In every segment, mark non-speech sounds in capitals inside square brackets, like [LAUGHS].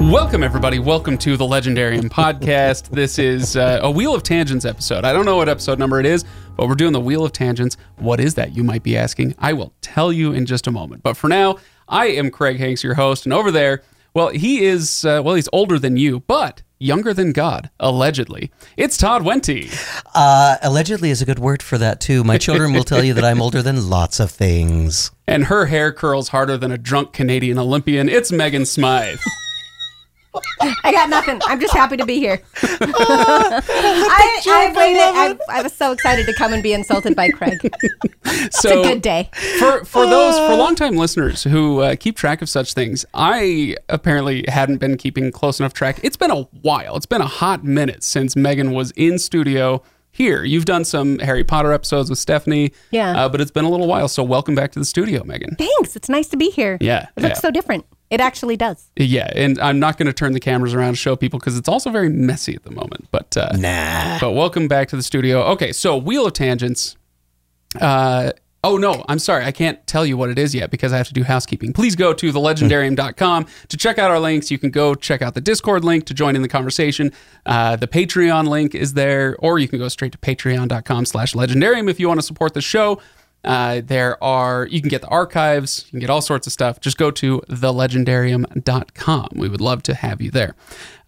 Welcome, everybody. Welcome to the Legendarium [LAUGHS] podcast. This is uh, a Wheel of Tangents episode. I don't know what episode number it is, but we're doing the Wheel of Tangents. What is that, you might be asking? I will tell you in just a moment. But for now, I am Craig Hanks, your host. And over there, well, he is, uh, well, he's older than you, but younger than God, allegedly. It's Todd Wente. Uh, allegedly is a good word for that too. My children will tell you that I'm older than lots of things. And her hair curls harder than a drunk Canadian Olympian. It's Megan Smythe. I got nothing. I'm just happy to [LAUGHS] be here. I, I've waited. I've, I was so excited to come and be insulted [LAUGHS] by Craig. So Good day. for for those for longtime listeners who uh, keep track of such things, I apparently hadn't been keeping close enough track. It's been a while. It's been a hot minute since Megan was in studio here. You've done some Harry Potter episodes with Stephanie, Yeah. uh, but it's been a little while. So welcome back to the studio, Megan. Thanks. It's nice to be here. Yeah, It looks yeah. so different. It actually does. Yeah, and I'm not going to turn the cameras around to show people because it's also very messy at the moment. But uh, Nah. But welcome back to the studio. Okay, so Wheel of Tangents. Uh, oh, no, I'm sorry. I can't tell you what it is yet because I have to do housekeeping. Please go to thelegendarium.com to check out our links. You can go check out the Discord link to join in the conversation. Uh, the Patreon link is there, or you can go straight to patreon.com slash legendarium if you want to support the show. Uh, there are, you can get the archives, you can get all sorts of stuff. Just go to thelegendarium.com. We would love to have you there.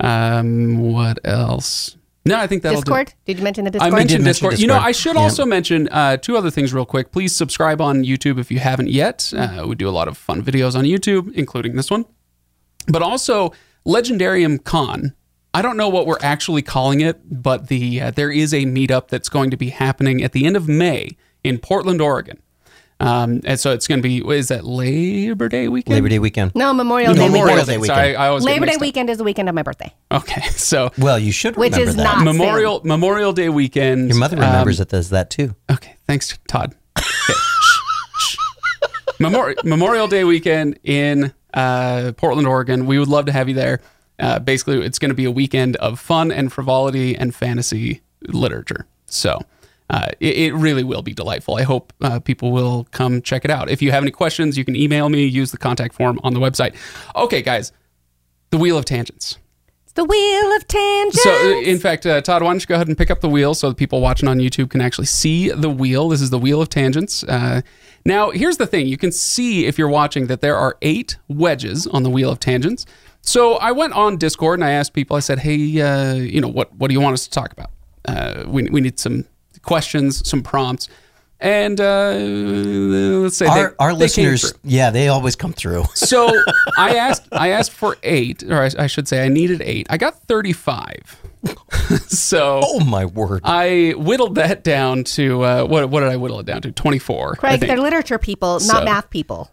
Um, what else? No, I think that'll do it. Discord? Did you mention the I Discord? mentioned did mention Discord. You know, Discord. I should Yeah. also mention uh, two other things real quick. Please subscribe on YouTube if you haven't yet. Uh, we do a lot of fun videos on YouTube, including this one. But also, Legendarium Con. I don't know what we're actually calling it, but the uh, there is a meetup that's going to be happening at the end of May in Portland, Oregon. Um, and so it's going to be what is that Labor Day weekend? Labor Day weekend. no, Memorial Day Memorial weekend. Day Day Sorry, I always get Labor Day mixed up. weekend is the weekend of my birthday. Okay, [LAUGHS] so Well, you should Which remember is that. not- Memorial Memorial Day weekend. Your mother um, remembers it as that too. Okay, thanks, Todd. Okay. Shh, shh. Memor- Memorial Day weekend in uh, Portland, Oregon. We would love to have you there. Uh, basically, it's going to be a weekend of fun and frivolity and fantasy literature. So uh, it, it really will be delightful. I hope uh, people will come check it out. If you have any questions, you can email me, use the contact form on the website. Okay, guys, the Wheel of Tangents. It's the Wheel of Tangents. So, uh, in fact, uh, Todd, why don't you go ahead and pick up the wheel so the people watching on YouTube can actually see the wheel? This is the wheel of tangents. Uh, now, here's the thing you can see if you're watching that there are eight wedges on the wheel of tangents. So, I went on Discord and I asked people, I said, hey, uh, you know, what, what do you want us to talk about? Uh, we, we need some questions, some prompts. And uh, let's say Our, they- our they came listeners, through. yeah, they always come through. [LAUGHS] So I asked, I asked for eight, or I, I should say, I needed eight. I got thirty-five. [LAUGHS] so Oh my word! I whittled that down to uh, what? What did I whittle it down to? Twenty-four. I Craig, think. they're literature people, not So- math people.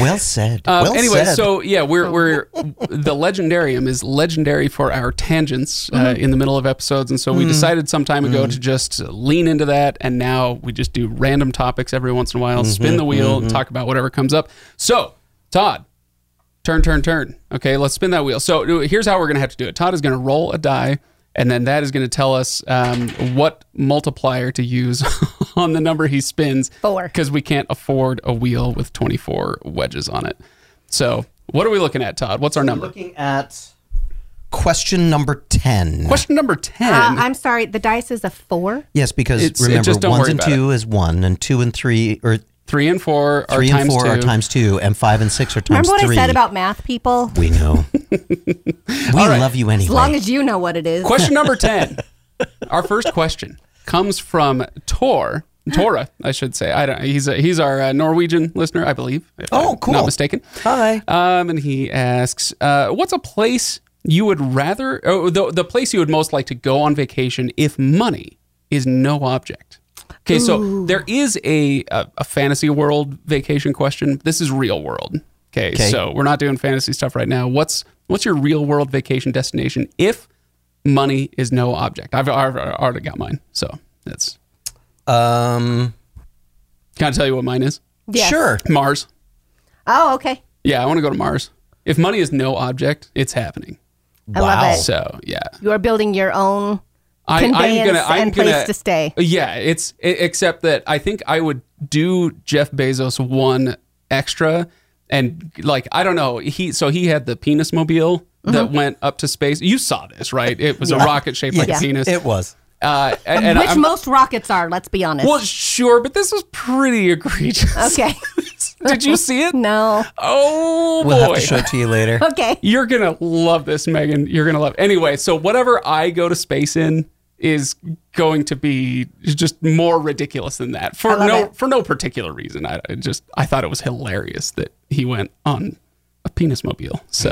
Well said. Um, well anyway, said. so yeah, we're we're the legendarium is legendary for our tangents uh, in the middle of episodes, and so we decided some time Mm-hmm. ago to just lean into that, and now we just do random topics every once in a while, Mm-hmm. spin the wheel, and talk about whatever comes up. So, Todd, turn, turn, turn. Okay, let's spin that wheel. So here's how we're gonna have to do it. Todd is gonna roll a die. And then that is going to tell us um, what multiplier to use [LAUGHS] on the number he spins Four. because we can't afford a wheel with 24 wedges on it. So, what are we looking at, Todd? What's our number? looking at question number ten. Question number 10. Uh, I'm sorry, the dice is a four. yes, because It's- it remember, just don't ones worry and about two is one, and two and three or three and four are three and times four two. are times two, and five and six are times Remember what three. I said about math people? [LAUGHS] We know. we love you anyway. As long as you know what it is. Question number [LAUGHS] 10. our first question comes from Tor. Tora, I should say. I don't. He's a, he's our uh, Norwegian listener, I believe. if Oh, I'm cool. Not mistaken. Hi. Um, and he asks, uh, "What's a place you would rather, or the the place you would most like to go on vacation if money is no object?" Okay, so there is a, a a fantasy world vacation question. This is real world. Okay, Okay. so we're not doing fantasy stuff right now. What's what's your real world vacation destination if money is no object? I've, I've already got mine, so that's Um, can I tell you what mine is? Yes. Sure. Mars. Oh, okay. Yeah, I want to go to Mars. If money is no object, it's happening. I love Wow. it. So yeah, You are building your own conveyance and place to stay. Yeah, it's e, i except that I think I would do Jeff Bezos one extra and like I don't know, he so he had the penis mobile that Mm-hmm. went up to space. You saw this, right? It was a rocket shaped like Yes, a penis. It was. uh, and, and Which I'm- most rockets are, let's be honest. well, sure, but this was pretty egregious. okay. [LAUGHS] [LAUGHS] Did you see it? no. Oh We'll boy. have to show it to you [LAUGHS] later. Okay. You're gonna love this, Megan. You're gonna love. Anyway, so whatever I go to space in is going to be just more ridiculous than that for love no it. for no particular reason. I I just I thought it was hilarious that he went on a penis mobile. So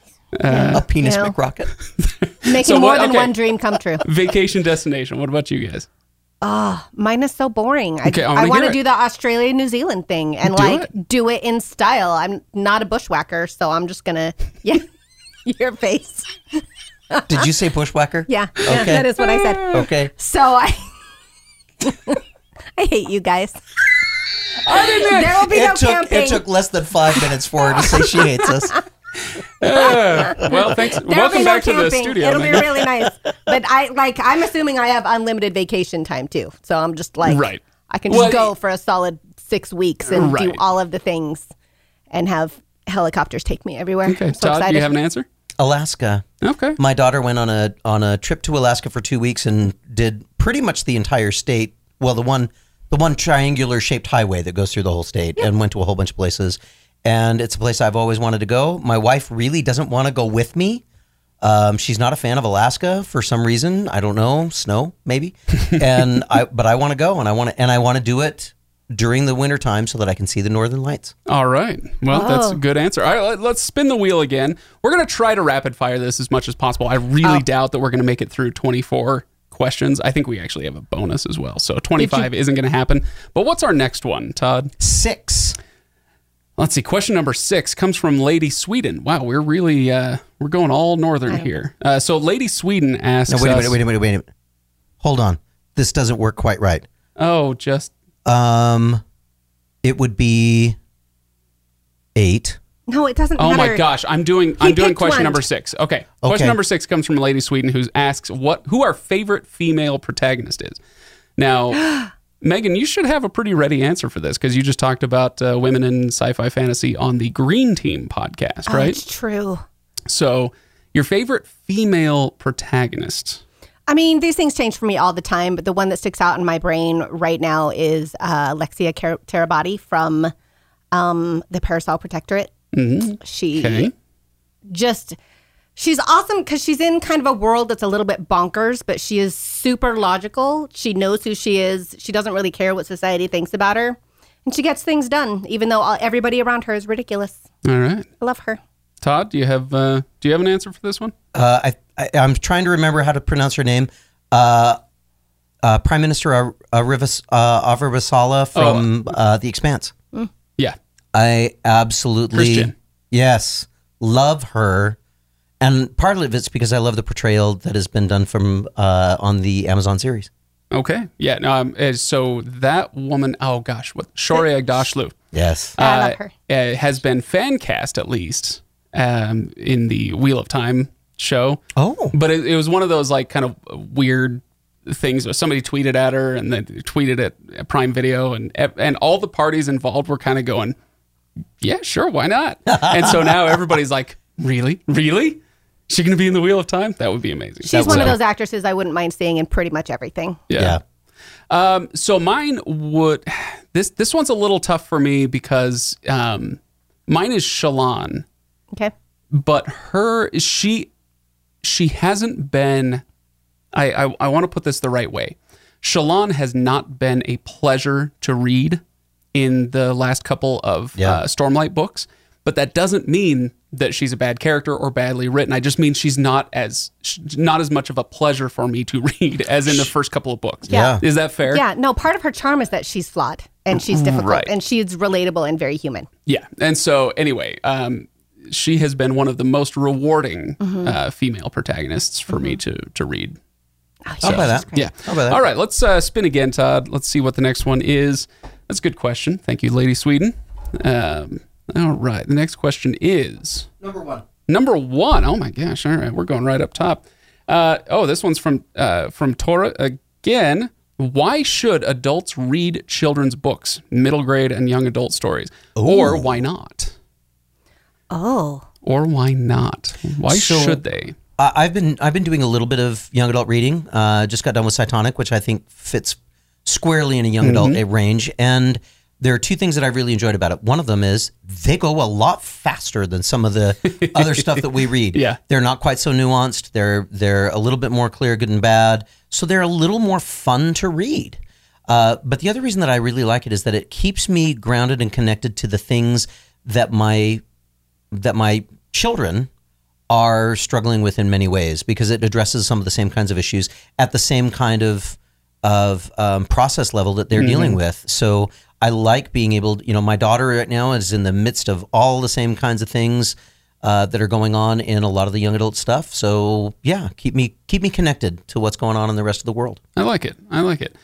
[LAUGHS] a penis No. McRocket. Making So more what- than okay. one dream come [LAUGHS] true. vacation destination. What about you [LAUGHS] guys? Mine is so boring. I, Okay, I wanna I hear want to it. do the Australia New Zealand thing and Do like it. do it in style. I'm not a bushwhacker, so I'm just gonna [LAUGHS] yeah. Your face. Did you say bushwhacker? Yeah. yeah, Okay. that is what I said. Okay. So I [LAUGHS] I hate you guys. there will be no It took, camping. it took less than five minutes for her to say she hates [LAUGHS] us. Well, thanks. There'll Welcome be back to no the camping. studio. It'll be Megan. [LAUGHS] really nice. But I like I'm assuming I have unlimited vacation time too. So I'm just like Right. I can just Well, go for a solid six weeks and Right. do all of the things and have helicopters take me everywhere. Okay, I'm so Todd, excited. do you have an answer? Alaska. Okay. My daughter went on a on a trip to Alaska for two weeks and did pretty much the entire state. Well, the one the one triangular shaped highway that goes through the whole state, and went to a whole bunch of places. And it's a place I've always wanted to go. My wife really doesn't want to go with me. Um, she's not a fan of Alaska for some reason. I don't know, snow maybe. And I but I want to go, and I want to and I want to do it during the winter time so that I can see the northern lights. All right. Well, that's a Oh. good answer. All right, let, let's spin the wheel again. We're going to try to rapid fire this as much as possible. I really doubt that we're going to make it through 24 questions. I think we actually have a bonus as well. So 25 isn't going to happen. But what's our next one, Todd? Six. Let's see. Question number six comes from Lady Sweden. Wow, we're really uh, we're going all northern here. Uh, so Lady Sweden asks. No, wait a us- minute, wait a minute, wait a minute. Hold on. This doesn't work quite right. Oh, just Um, it would be eight. No, it doesn't Oh matter. my gosh, I'm doing I'm doing picked question one. number six. Okay. Question Okay. number six comes from Lady Sweden who asks what who our favorite female protagonist is. [GASPS] Now, Megan, you should have a pretty ready answer for this because you just talked about uh, women in sci-fi fantasy on the Green Team podcast, Oh, right? It's true. So, your favorite female protagonist. I mean, these things change for me all the time, but the one that sticks out in my brain right now is uh, Alexia Car- Terabati from um, the Parasol Protectorate. She Mm-hmm. Okay. just she's awesome because she's in kind of a world that's a little bit bonkers, but she is super logical. She knows who she is. She doesn't really care what society thinks about her, and she gets things done, even though all, everybody around her is ridiculous. All right. I love her. Todd, do you have uh, do you have an answer for this one? Uh, I, I I'm trying to remember how to pronounce her name. Uh, uh, Prime Minister Ar- Arrivas, uh, Avarvasala from uh, The Expanse. Yeah. I absolutely Christian. yes love her, and part of it's because I love the portrayal that has been done from uh, on the Amazon series. Okay. Yeah. No, um, uh, so that woman, oh gosh, what Shoria Agdashlu. Yes, I love her. uh, has been fan cast at least um, in the Wheel of Time show. Oh. but it, it was one of those like kind of weird things where somebody tweeted at her and then tweeted at, at Prime Video and e, and all the parties involved were kind of going, yeah, sure, why [LAUGHS] not? and so now everybody's like, really, really. Is She gonna be in the Wheel of Time? That would be amazing. She's one of was- those actresses I wouldn't mind seeing in pretty much everything. yeah. Um, so mine would this this one's a little tough for me because um, mine is Shalon. Okay. but her she she hasn't been I I, I want to put this the right way. Shalon has not been a pleasure to read in the last couple of Yeah. uh, Stormlight books, but that doesn't mean that she's a bad character or badly written. I just mean she's not as sh- not as much of a pleasure for me to [LAUGHS] read as in the first couple of books. Yeah. is that fair? Yeah, no, part of her charm is that she's flawed and Mm, she's difficult Right. and she's relatable and very human. Yeah. And so, anyway, um, she has been one of the most rewarding uh, female pragonists for me to to read. I'll buy that. Yeah. How about that? All right, let's uh, spin again, Todd. Let's see what the next one is. That's a good question. Thank you, Lady Sweden. Um, all right, the next question is Number one. number one. Oh my gosh! All right, we're going right up top. Uh, oh, this one's from uh, from Torah again. Why should adults read children's books, middle grade and young adult stories, or why not? Oh. or why not? Why So- should they? I- I've been I've been doing a little bit of young adult reading. Uh, just got done with Cytonic, which I think fits squarely in a young adult eh, range. And there are two things that I really enjoyed about it. One of them is they go a lot faster than some of the other stuff that we read. Yeah. they're not quite so nuanced. They're they're a little bit more clear, good and bad. So they're a little more fun to read. Uh, but the other reason that I really like it is that it keeps me grounded and connected to the things that my that my children are struggling with in many ways because it addresses some of the same kinds of issues at the same kind of of um, process level that they're dealing with. So I like being able, you know, my daughter right now is in the midst of all the same kinds of things uh, that are going on in a lot of the young adult stuff. So yeah, keep me keep me connected to what's going on in the rest of the world. I like it. I like it.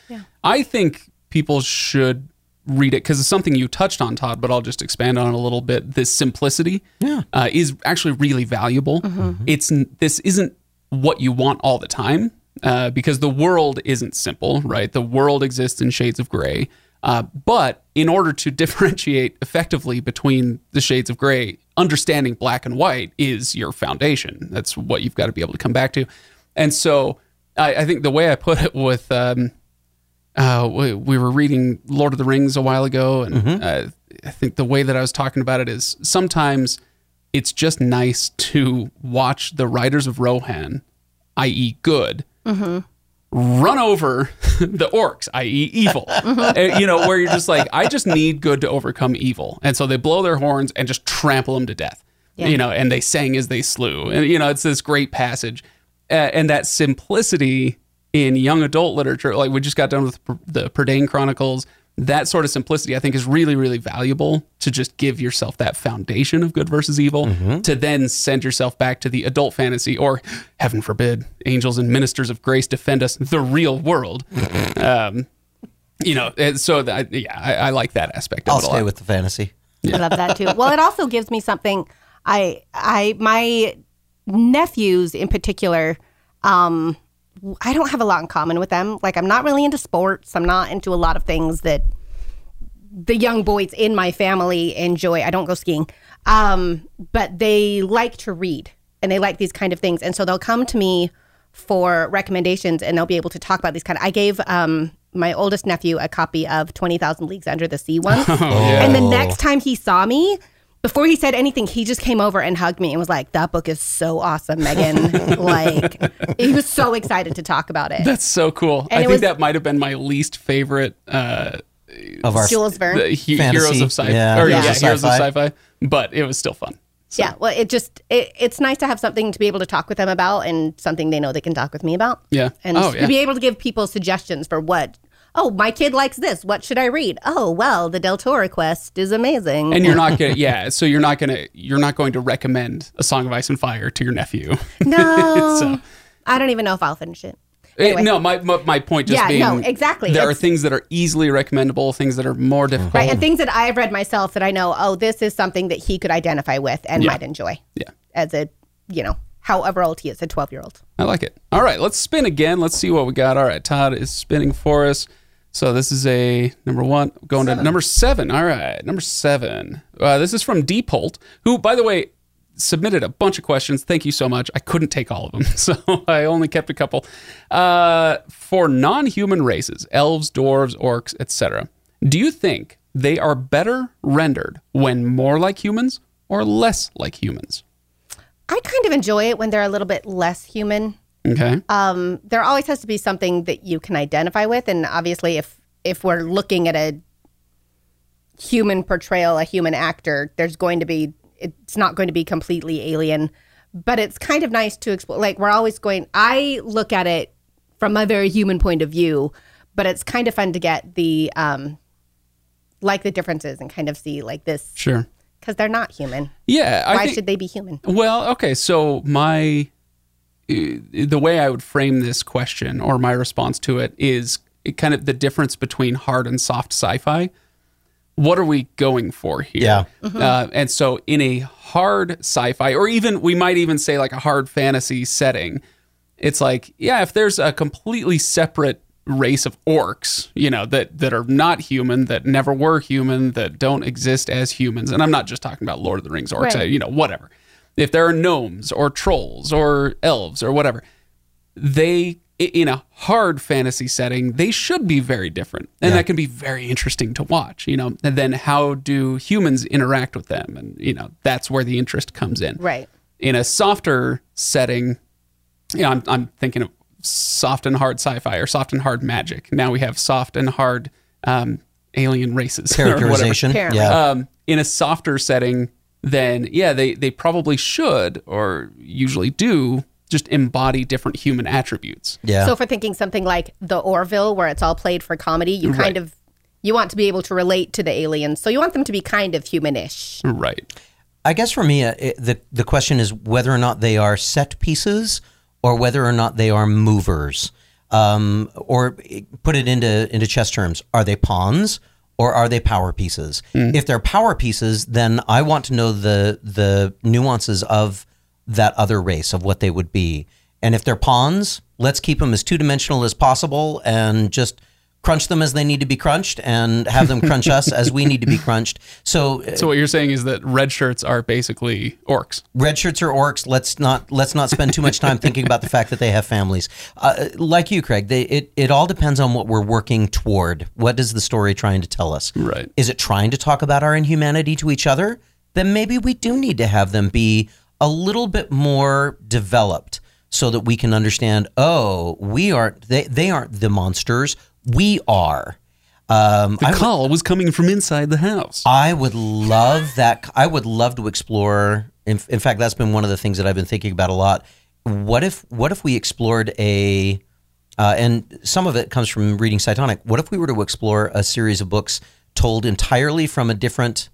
I think people should read it because it's something you touched on, Todd, but I'll just expand on it a little bit. This simplicity Yeah. uh, is actually really valuable. It's n- this isn't what you want all the time uh, because the world isn't simple, right? The world exists in shades of gray. Uh, but in order to [LAUGHS] differentiate effectively between the shades of gray, understanding black and white is your foundation. That's what you've got to be able to come back to. And so I, I think the way I put it with um, uh, we, we were reading Lord of the Rings a while ago, and uh, I think the way that I was talking about it is sometimes it's just nice to watch the Riders of Rohan, i.e., good, run over [LAUGHS] the orcs, i.e., evil. And, you know, where you're just like, I just need good to overcome evil. And so they blow their horns and just trample them to death, you know, and they sang as they slew. And, you know, it's this great passage. Uh, and that simplicity in young adult literature, like we just got done with Pr- the Prydain Chronicles, that sort of simplicity, I think, is really, really valuable to just give yourself that foundation of good versus evil Mm-hmm. to then send yourself back to the adult fantasy or, heaven forbid, angels and ministers of grace defend us, the real world. [LAUGHS] um, you know, and so that, yeah, I, I like that aspect of I'll it a stay lot. with the fantasy. I love that too. Well, it also gives me something. I I my nephews in particular. Um, I don't have a lot in common with them. Like I'm not really into sports. I'm not into a lot of things that the young boys in my family enjoy. I don't go skiing, um, but they like to read and they like these kind of things, and so they'll come to me for recommendations, and they'll be able to talk about these kind. Of, I gave um, my oldest nephew a copy of Twenty Thousand Leagues Under the Sea once, and Oh. the next time he saw me. Before he said anything, he just came over and hugged me and was like, "That book is so awesome, Megan!" [LAUGHS] like, he was so excited to talk about it. That's so cool. And I it think was- that might have been my least favorite uh, Of our Jules Verne. the he- Fantasy, Heroes of Sci-Fi. yeah. Or, yeah, Heroes of Heroes of Sci-Fi. Sci-Fi, but it was still fun. Yeah, well, it just it, it's nice to have something to be able to talk with them about and something they know they can talk with me about. Yeah. and Oh, yeah. to be able to give people suggestions for what. Oh, my kid likes this. What should I read? Oh, well, the Del Toro Quest is amazing. and [LAUGHS] you're not gonna yeah so you're not gonna you're not going to recommend a song of ice and fire to your nephew [LAUGHS] no, So- I don't even know if I'll finish it. Eh, no my, my my point just Yeah, being no, exactly. there are It's- things that are easily recommendable things that are more difficult Right, and things that I have read myself that I know. Oh, this is something that he could identify with and might enjoy. Yeah. as a you know, however old he is, a twelve year old. i like it all right let's spin again let's see what we got all right todd is spinning for us so this is a number one going to number seven all right number seven uh, this is from deepolt who by the way submitted a bunch of questions thank you so much i couldn't take all of them [LAUGHS] so i only kept a couple uh, for non-human races elves dwarves orcs etc do you think they are better rendered when more like humans or less like humans I kind of enjoy it when they're a little bit less human. okay um, there always has to be something that you can identify with, and obviously, if if we're looking at a human portrayal, a human actor, there's going to be it's not going to be completely alien, but it's kind of nice to explore. Like we're always going. I look at it from my very human point of view, but it's kind of fun to get the um, like the differences and kind of see like this sure because they're not human. yeah I Why think- should they be human? Well, okay. So my the way I would frame this question or my response to it is kind of the difference between hard and soft sci-fi. What are we going for here? Yeah. Uh, and so in a hard sci-fi, or even we might even say like a hard fantasy setting, it's like yeah, if there's a completely separate race of orcs, you know, that that are not human, that never were human, that don't exist as humans. And I'm not just talking about Lord of the Rings orcs, Right. I- you know, whatever. If there are gnomes or trolls or elves or whatever, they i- in a hard fantasy setting, they should be very different. And that can be very interesting to watch, you know. And then how do humans interact with them? And you know, that's where the interest comes in Right. in a softer setting, you know, I'm, I'm thinking of soft and hard sci-fi or soft and hard magic. Now we have soft and hard um, alien races. [LAUGHS] or whatever. Characterization. Apparently. Yeah. Um, in a softer setting, then yeah, they they probably should or usually do just embody different human attributes. yeah. So if we're thinking something like the Orville, where it's all played for comedy, you kind Right. of you want to be able to relate to the aliens, so you want them to be kind of humanish. Right. I guess for me, uh, it, the the question is whether or not they are set pieces or whether or not they are movers. Um, or eh, put it into into chess terms, are they pawns or are they power pieces? If they're power pieces, then I want to know the the nuances of that other race of what they would be. And if they're pawns, let's keep them as two dimensional as possible and just crunch them as they need to be crunched and have them crunch us as we need to be crunched. So eh, So what you're saying is that red shirts are basically orcs. red shirts or orcs let's not let's not spend too much time thinking about the fact that they have families uh, like you craig they, it, it all depends on what we're working toward what is the story trying to tell us Right. is it trying to talk about our inhumanity to each other then maybe we do need to have them be a little bit more developed so that we can understand oh we aren't they, they aren't the monsters we are um, The call was coming from inside the house. I would love that. I would love to explore. In, in fact, that's been one of the things that I've been thinking about a lot. What if What if we explored a, uh, and some of it comes from reading Cytonic. What if we were to explore a series of books told entirely from a different,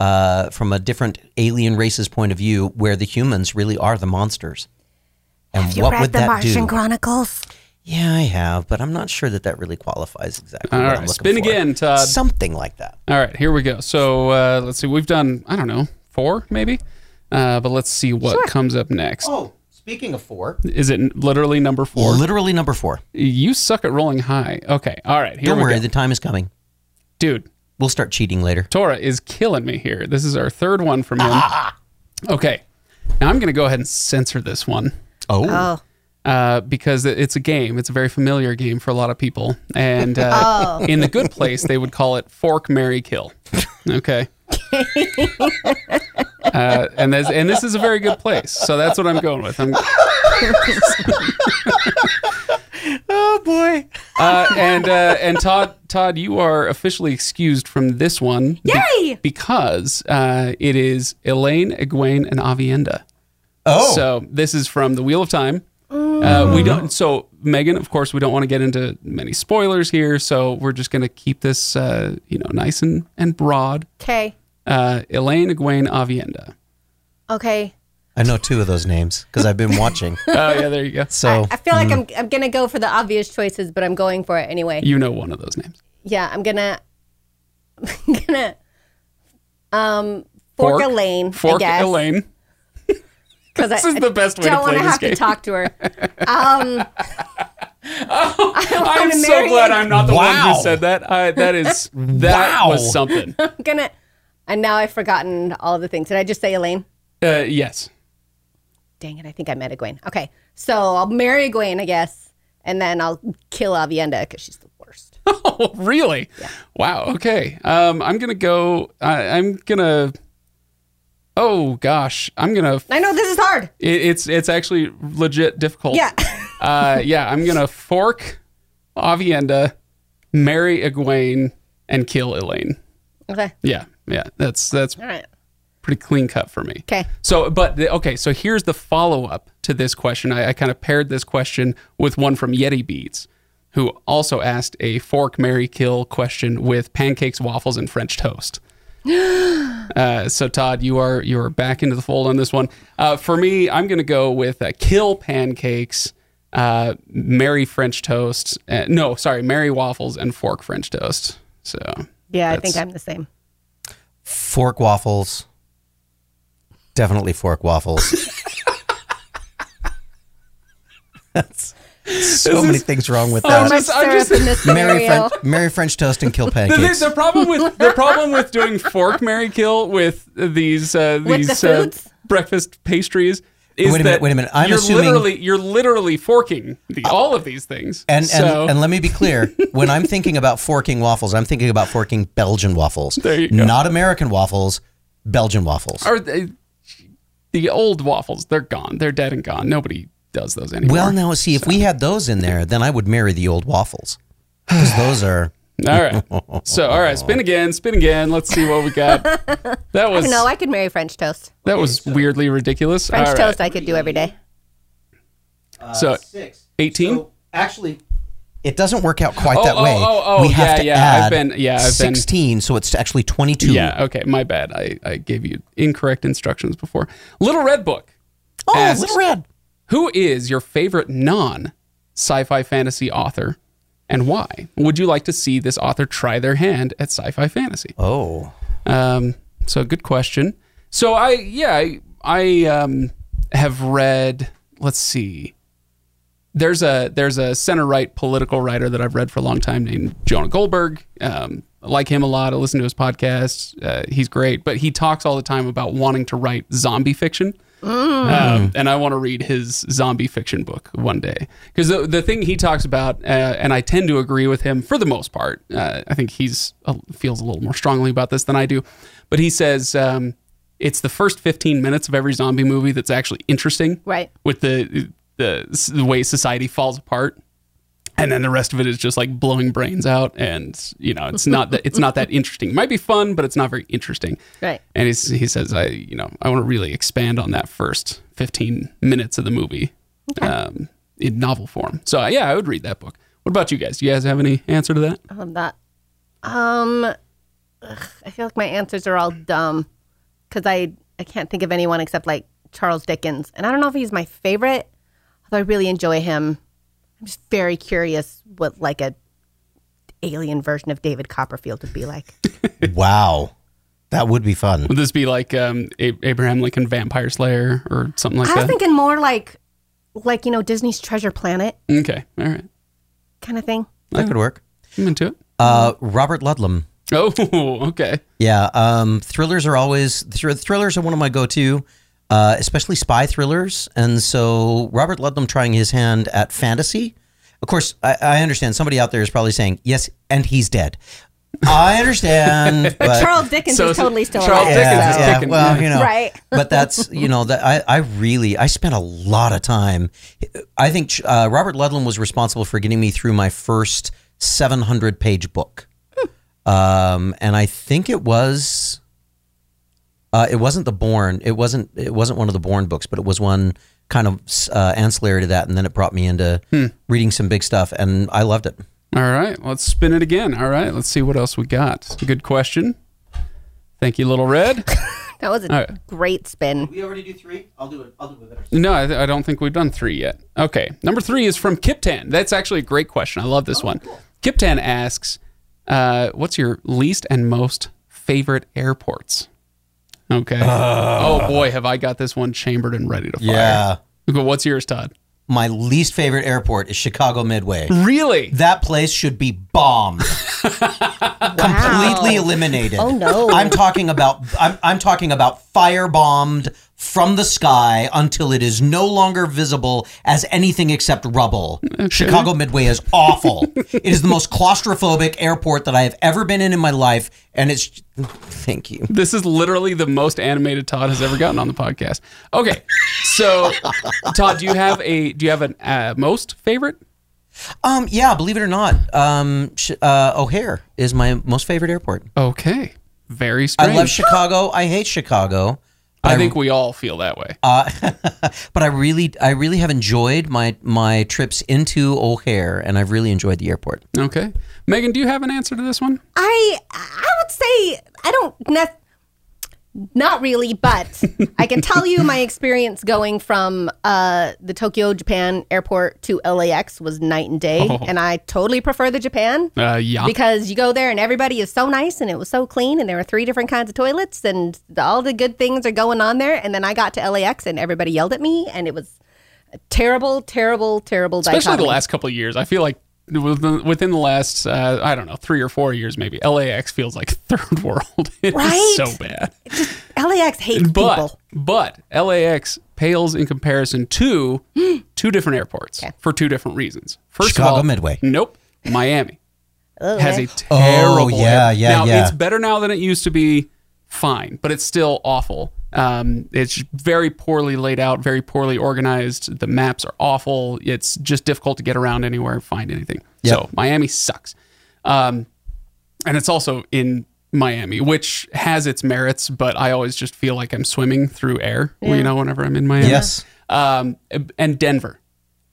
uh, from a different alien race's point of view, where the humans really are the monsters? And Have you read the Martian Chronicles? yeah, I have, but I'm not sure that that really qualifies exactly. All what I'm right, looking spin for. again, Todd. Something like that. All right, here we go. So uh, let's see. We've done I don't know four maybe, uh, but let's see what comes up next. Oh, speaking of four. Is it n- literally number four? Literally number four. You suck at rolling high. Okay. All right. Here Don't we worry, go. the time is coming. Dude, We'll start cheating later. Torah is killing me here. This is our third one from him. okay. Now I'm going to go ahead and censor this one Oh, Oh, uh, because it- it's a game. It's a very familiar game for a lot of people. And uh, in the good place, they would call it Fork, Marry, Kill. Okay. uh, and, this, and this is a very good place. So that's what I'm going with. I'm, Oh, boy. uh, and uh, and Todd Todd, you are officially excused from this one. be- Yay! because uh, it is Elaine, Egwene, and Avienda. Oh, Mm-hmm. So this is from the Wheel of Time. Uh, we don't. So Megan, of course, we don't want to get into many spoilers here. So we're just going to keep this, uh, you know, nice and and broad. okay, Uh, Elaine, Egwene, Avienda. okay. I know two of those names because I've been [LAUGHS] watching. Oh [LAUGHS] yeah, there you go. So I feel like I'm I'm gonna go for the obvious choices, but I'm going for it anyway. You know one of those names. Yeah, I'm gonna [LAUGHS] I'm gonna um fork, Elaine. Fork I guess, Elaine. 'cause I- This is the [LAUGHS] best way to I don't play wanna this have game. to [LAUGHS] talk to her. Um, Oh, [LAUGHS] I'm wanna so marry glad a- I'm not the one Wow. who said that. I, that is that Wow. was [LAUGHS] something. Uh, I'm gonna, and now I've forgotten all the things. Did I just say Elaine? Uh, yes. Dang it, I think I met Egwene. Okay, so I'll marry Egwene, I guess, and then I'll kill Avienda because she's the worst. [LAUGHS] Oh, really? Wow. Okay. Um, I'm gonna go. I, I'm gonna. Oh gosh, I'm gonna. I know this is hard. It, it's it's actually legit difficult. Yeah. [LAUGHS] [LAUGHS] uh, yeah. I'm gonna fork Avienda, marry Egwene, and kill Elaine. Okay, Yeah. Yeah. That's that's all right. pretty clean cut for me. Okay. So, but the, okay, so here's the follow up to this question. I, I kind of paired this question with one from Yeti Beats, who also asked a fork, marry, kill question with pancakes, waffles, and French toast. uh, so, Todd, you are you are back into the fold on this one. Uh, for me, I'm going to go with uh, kill pancakes, uh, marry French toast. Uh, no, sorry, marry waffles and fork French toast. So, Yeah, I That's- think I'm the same. fork waffles. [LAUGHS] Definitely fork waffles. That's so many things wrong with So I'm that. much just- I'm syrup just- [LAUGHS] in this Mary, cereal. French, Mary French toast and kill The, pancakes. the, the problem [LAUGHS] with the problem with doing fork Mary kill with these uh, the these foods? uh, breakfast pastries is Wait a minute, that wait a minute. I'm you're assuming- Uh, literally you're literally forking the, all of these things. And, and, so and let me [LAUGHS] be clear. When I'm thinking about forking waffles, I'm thinking about forking Belgian waffles. There you go. Not American waffles, Belgian waffles. are they, the old waffles? They're gone. They're dead and gone. Nobody does those anymore. Well, now, see, if we had those in there, then I would marry the old waffles. Because those are. [LAUGHS] all [LAUGHS] right. So all right, spin again, spin again. Let's see what we got. That was No, I could marry French toast. that [LAUGHS] was weirdly ridiculous. French all right. toast I could do every day. So Uh, six. 18? So, actually, it doesn't work out quite Oh, that oh, way. oh, oh, we have yeah, to yeah, I've add been- yeah, I've been- 16, so it's actually 22. Yeah, okay, my bad. I, I gave you incorrect instructions before. Little Red Book. Oh, asks, Little Red. Who is your favorite non sci fi fantasy author and why? Would you like to see this author try their hand at sci fi fantasy? [LAUGHS] Oh. Um, so, good question. So, I, yeah, I, I um, have read, let's see. There's a there's a center right political writer that I've read for a long time named Jonah Goldberg. Um, I like him a lot. I listen to his podcast. Uh, he's great, but he talks all the time about wanting to write zombie fiction. Um, and I want to read his zombie fiction book one day because the, the thing he talks about, uh, and I tend to agree with him for the most part. Uh, I think he's uh, feels a little more strongly about this than I do, but he says um, it's the first 15 minutes of every zombie movie that's actually interesting, Right. With the the, s- the way society falls apart. And then the rest of it is just like blowing brains out, and you know it's not that it's not [LAUGHS] that interesting. It might be fun, but it's not very interesting. Right. And he's, he says, I, you know, I want to really expand on that first 15 minutes of the movie um, in novel form. So, uh, yeah, I would read that book. What about you guys? Do you guys have any answer to that? I'm not. Um, ugh, I feel like my answers are all dumb because I I can't think of anyone except like Charles Dickens, and I don't know if he's my favorite, although I really enjoy him. I'm just very curious what like a alien version of David Copperfield would be like. Wow. That would be fun. Would this be like um, A- Abraham Lincoln Vampire Slayer or something like I was that? thinking more like like you know Disney's Treasure Planet okay. All right. kind of thing. That could work. I'm into it. Uh, Robert Ludlum. Oh, [LAUGHS] okay. Yeah, um, thrillers are always thr- thrillers are one of my go-to, uh, especially spy thrillers. And so Robert Ludlum trying his hand at fantasy. Of course, I, I understand somebody out there is probably saying yes, and he's dead. I understand, but Charles Dickens Uh, So- is totally still Charles alive. Dickens so- is yeah, kicking. well, you know, Right. [LAUGHS] but that's you know that I, I really I spent a lot of time. I think uh, Robert Ludlum was responsible for getting me through my first 700 page book, um, and I think it was. Uh, it wasn't the Born. It wasn't. It wasn't one of the Born books, but it was one kind of uh, ancillary to that, and then it brought me into reading some big stuff, and I loved it. All right. Let's spin it again. All right. Let's see what else we got. Good question. Thank you, Little Red. That was a right. great spin. We already do three. I'll do it. I'll do it better. No, I, th- I don't think we've done three yet. Okay. Number three is from Kiptan. That's actually a great question. I love this one. Kiptan asks, uh, what's your least and most favorite airports? Okay. oh, boy, have I got this one chambered and ready to fire. Yeah. Okay, What's yours, Todd? My least favorite airport is Chicago Midway. Really? That place should be [LAUGHS] bombed. Completely eliminated. Oh, no. I'm talking about I'm, I'm talking about firebombed from the sky until it is no longer visible as anything except rubble. Chicago Midway is awful. it is the most claustrophobic airport that I have ever been in in my life and it's thank you. This is literally the most animated Todd has ever gotten on the podcast. Okay. So, Todd, do you have a do you have an uh, most favorite? Um yeah, believe it or not, um Sh- uh, O'Hare is my most favorite airport. Okay. Very strange. I love Chicago. I hate Chicago. I think we all feel that way. Uh, [LAUGHS] but I really, I really have enjoyed my my trips into O'Hare, and I've really enjoyed the airport. Okay. Megan, do you have an answer to this one? I I would say I don't ne- not [LAUGHS] really, but I can tell you my experience going from uh, the Tokyo Japan airport to LAX was night and day, Oh. and I totally prefer the Japan. Uh, yeah. Because you go there and everybody is so nice and it was so clean and there were three different kinds of toilets and all the good things are going on there. And then I got to LAX and everybody yelled at me and it was terrible, terrible, terrible especially dichotomy. the last couple of years. I feel like within within the last uh, I don't know three or four years maybe LAX feels like [LAUGHS] third world. It is Right? so bad. LAX hates But people. but LAX pales in comparison to two different airports for two different reasons. First of Chicago all, Midway. Nope, Miami has a Oh, terrible. yeah, airport. yeah, Now yeah. it's better now than it used to be. Fine, but it's still awful. Um, it's very poorly laid out, very poorly organized. The maps are awful. It's just difficult to get around anywhere, and find anything. Yep. So Miami sucks, um, and it's also in Miami, which has its merits. But I always just feel like I'm swimming through air. You know, whenever I'm in Miami. Yes. Um, and Denver.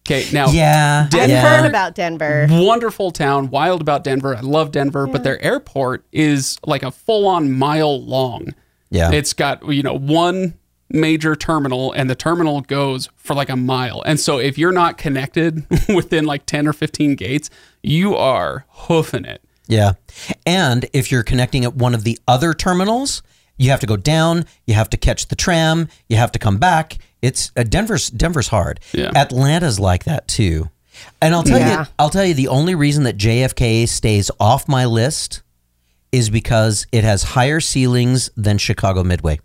Okay. Now. Yeah. I've yeah. heard about Denver. Wonderful town, wild about Denver. I love Denver, but their airport is like a full on mile long. Yeah. It's got, you know, one major terminal and the terminal goes for like a mile. And so if you're not connected [LAUGHS] within like 10 or 15 gates, you are hoofing it. Yeah. And if you're connecting at one of the other terminals, you have to go down, you have to catch the tram, you have to come back. It's uh, Denver's Denver's hard. Yeah. Atlanta's like that too. And I'll tell Yeah. you I'll tell you the only reason that JFK stays off my list is because it has higher ceilings than Chicago Midway.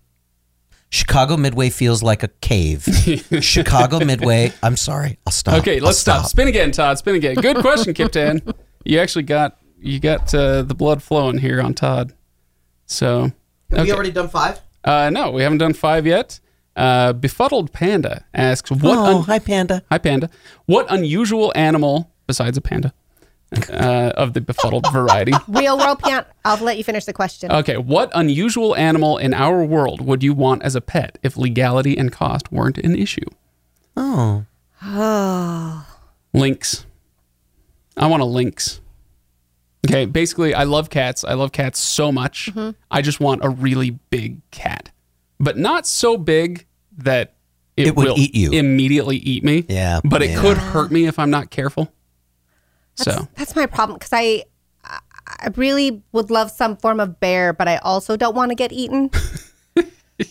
Chicago Midway feels like a cave. [LAUGHS] Chicago Midway, I'm sorry. I'll Oh, stop. Okay, I'll let's stop. Spin again, Todd. Spin again. Good question, Kiptan. [LAUGHS] You actually got you got uh, the blood flowing here on Todd. So Have we already done five? Uh, no, we haven't done five yet. Uh, Befuddled Panda asks, "What? Oh, un- hi Panda. hi, Panda. What unusual animal besides a panda [LAUGHS] uh, of the befuddled variety? Real world piano. I'll let you finish the question. Okay, what unusual animal in our world would you want as a pet if legality and cost weren't an issue? Oh. Lynx. I want a lynx. Okay, basically, I love cats. I love cats so much. I just want a really big cat, but not so big that it, It would will eat you. immediately. Eat me. Yeah, but it yeah. could hurt me if I'm not careful. So That's my problem because I, I- I really would love some form of bear, but I also don't want to [LAUGHS] get eaten.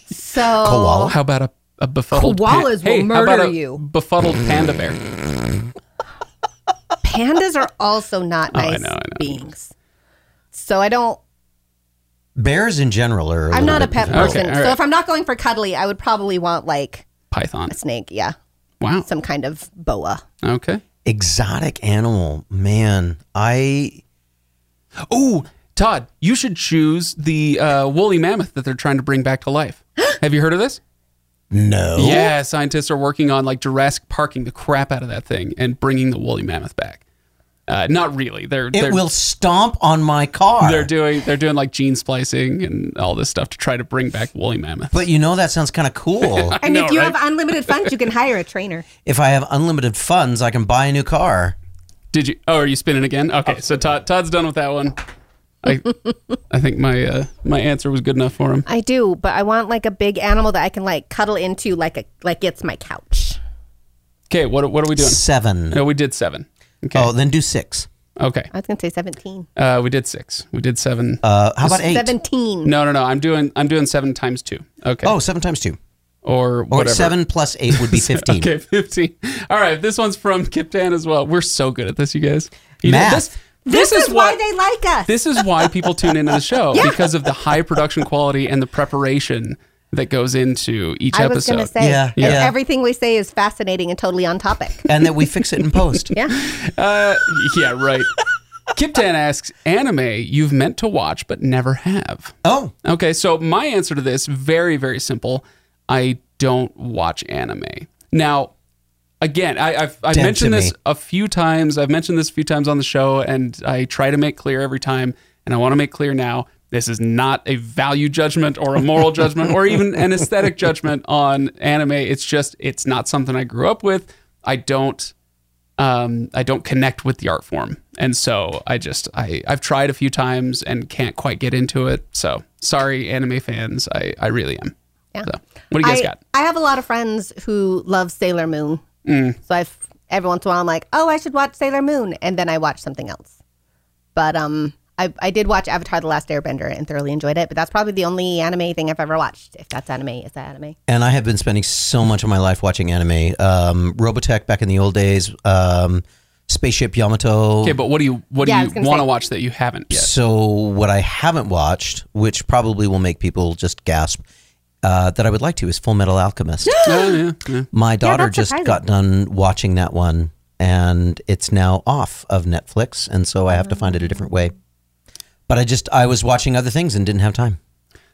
so Koala? how about a, a befuddled Koalas will hey, how about murder a you. Befuddled panda bear. pandas are also [LAUGHS] not Oh, I nice know, I know. beings. So I don't. Bears in general are a I'm little not a bit pet Okay, person. all So right. if I'm not going for cuddly, I would probably want like Python. a snake. Yeah, Wow. some kind of boa. Okay. exotic animal man i Oh, Todd, you should choose the uh, woolly mammoth that they're trying to bring back to [GASPS] life. Have you heard of this? no Yeah, scientists are working on like Jurassic parking the crap out of that thing and bringing the woolly mammoth back. Uh, not really. They're it they're, will stomp on my car they're doing they're doing like gene splicing and all this stuff to try to bring back woolly mammoth. but you know that sounds kind [LAUGHS] of cool And know, if you right? have unlimited funds, you can hire a trainer. if i have unlimited funds i can buy a new car Did you? Oh, are you spinning again? Okay, so Todd Todd's done with that one. [LAUGHS] I I think my uh, my answer was good enough for him. [LAUGHS] I do, but I want like a big animal that I can like cuddle into, like a like it's my couch. Okay, what what are we doing? seven. No, we did seven. Okay, Oh, then do six okay, I was gonna say seventeen. uh, we did six. We did seven. uh how about eight Seventeen. no, no, no. I'm doing I'm doing seven times two. Okay, oh seven times two or or whatever. seven plus eight would be 15 [LAUGHS] Okay, 15. All right, this one's from Kiptan as well. We're so good at this, you guys. You Math. This, This, this is, is why what they like us. this is why people tune into the show because of the high production quality and the preparation that goes into each I was episode. gonna say, Yeah, and yeah. everything we say is fascinating and totally on topic. [LAUGHS] and that we fix it in post [LAUGHS] Yeah, Uh, [LAUGHS] yeah, right. Kiptan asks anime you've meant to watch but never have. oh Okay, so my answer to this very very simple. I don't watch anime. Now, again, I, I've, I've Dead mentioned to this me. a few times. I've mentioned this a few times on the show, and I try to make clear every time. And I want to make clear now: this is not a value judgment or a [LAUGHS] moral judgment or even an aesthetic judgment on anime. It's just it's not something I grew up with. I don't um, I don't connect with the art form, and so I just I I've tried a few times and can't quite get into it. So sorry, anime fans, I I really am. Yeah. So, what do you guys I, got? I have a lot of friends who love Sailor Moon, Mm. so I've every once in a while I'm like, oh, I should watch Sailor Moon, and then I watch something else. But um, I, I did watch Avatar: The Last Airbender and thoroughly enjoyed it, but that's probably the only anime thing I've ever watched. If that's anime, is that anime? And I have been spending so much of my life watching anime. Um, Robotech back in the old days, um, Spaceship Yamato. Okay, but what do you what Yeah, I do was you gonna want to say- watch that you haven't [LAUGHS] yet? So, what I haven't watched, which probably will make people just gasp, uh, that I would like to is Full Metal [GASPS] Alchemist. Yeah, Oh, yeah, yeah. My daughter that's just surprising. got done watching that one, and it's now off of Netflix, and so I have to Mm. find it a different way. But I just I was watching other things and didn't have time.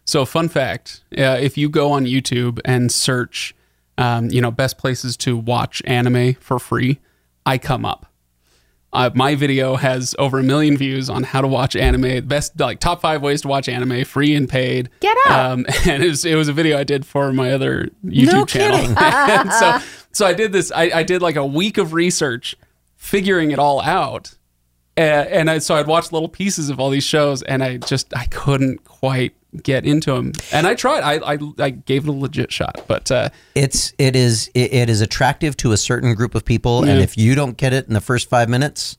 So, fun fact: uh, if you go on YouTube and search, um, you know, best places to watch anime for free, I come up. Uh, my video has over a million views on how to watch anime, best like top five ways to watch anime, free and paid. Get out. Um, [LAUGHS] and it was, it was a video I did for my other YouTube channel. [LAUGHS] And so, so I did this. I, I did like a week of research, figuring it all out, uh, and I, so I'd watch little pieces of all these shows, and I just I couldn't quite get into them. And I tried. I I, I gave it a legit shot, but uh, It's it is it, it is attractive to a certain group of people, and Yeah. if you don't get it in the first five minutes,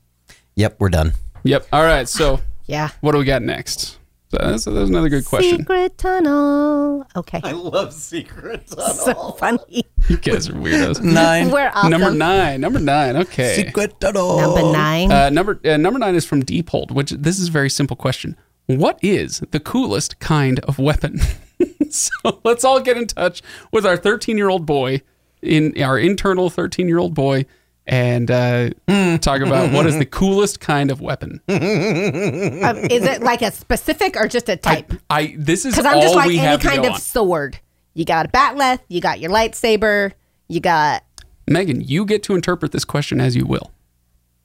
yep, we're done. yep. All right. So Yeah. what do we got next? So that's, that's another good [LAUGHS] question. Secret tunnel. Okay. love secrets. [LAUGHS] so funny. You guys are weirdos. Nine We're awesome. Number nine. Number nine. Okay. secret tunnel. Number nine. Uh, number uh, number nine is from Deepold, which this is a very simple question. What is the coolest kind of weapon? [LAUGHS] so let's all get in touch with our 13 year old boy, in our internal 13 year old boy, and uh, Mm. talk about what is [LAUGHS] the coolest kind of weapon. Um, is it like a specific or just a type? I this is Because I'm all just like we any have kind to of go on. sword. You got a batleth. You got your lightsaber. You got. Megan, you get to interpret this question as you will.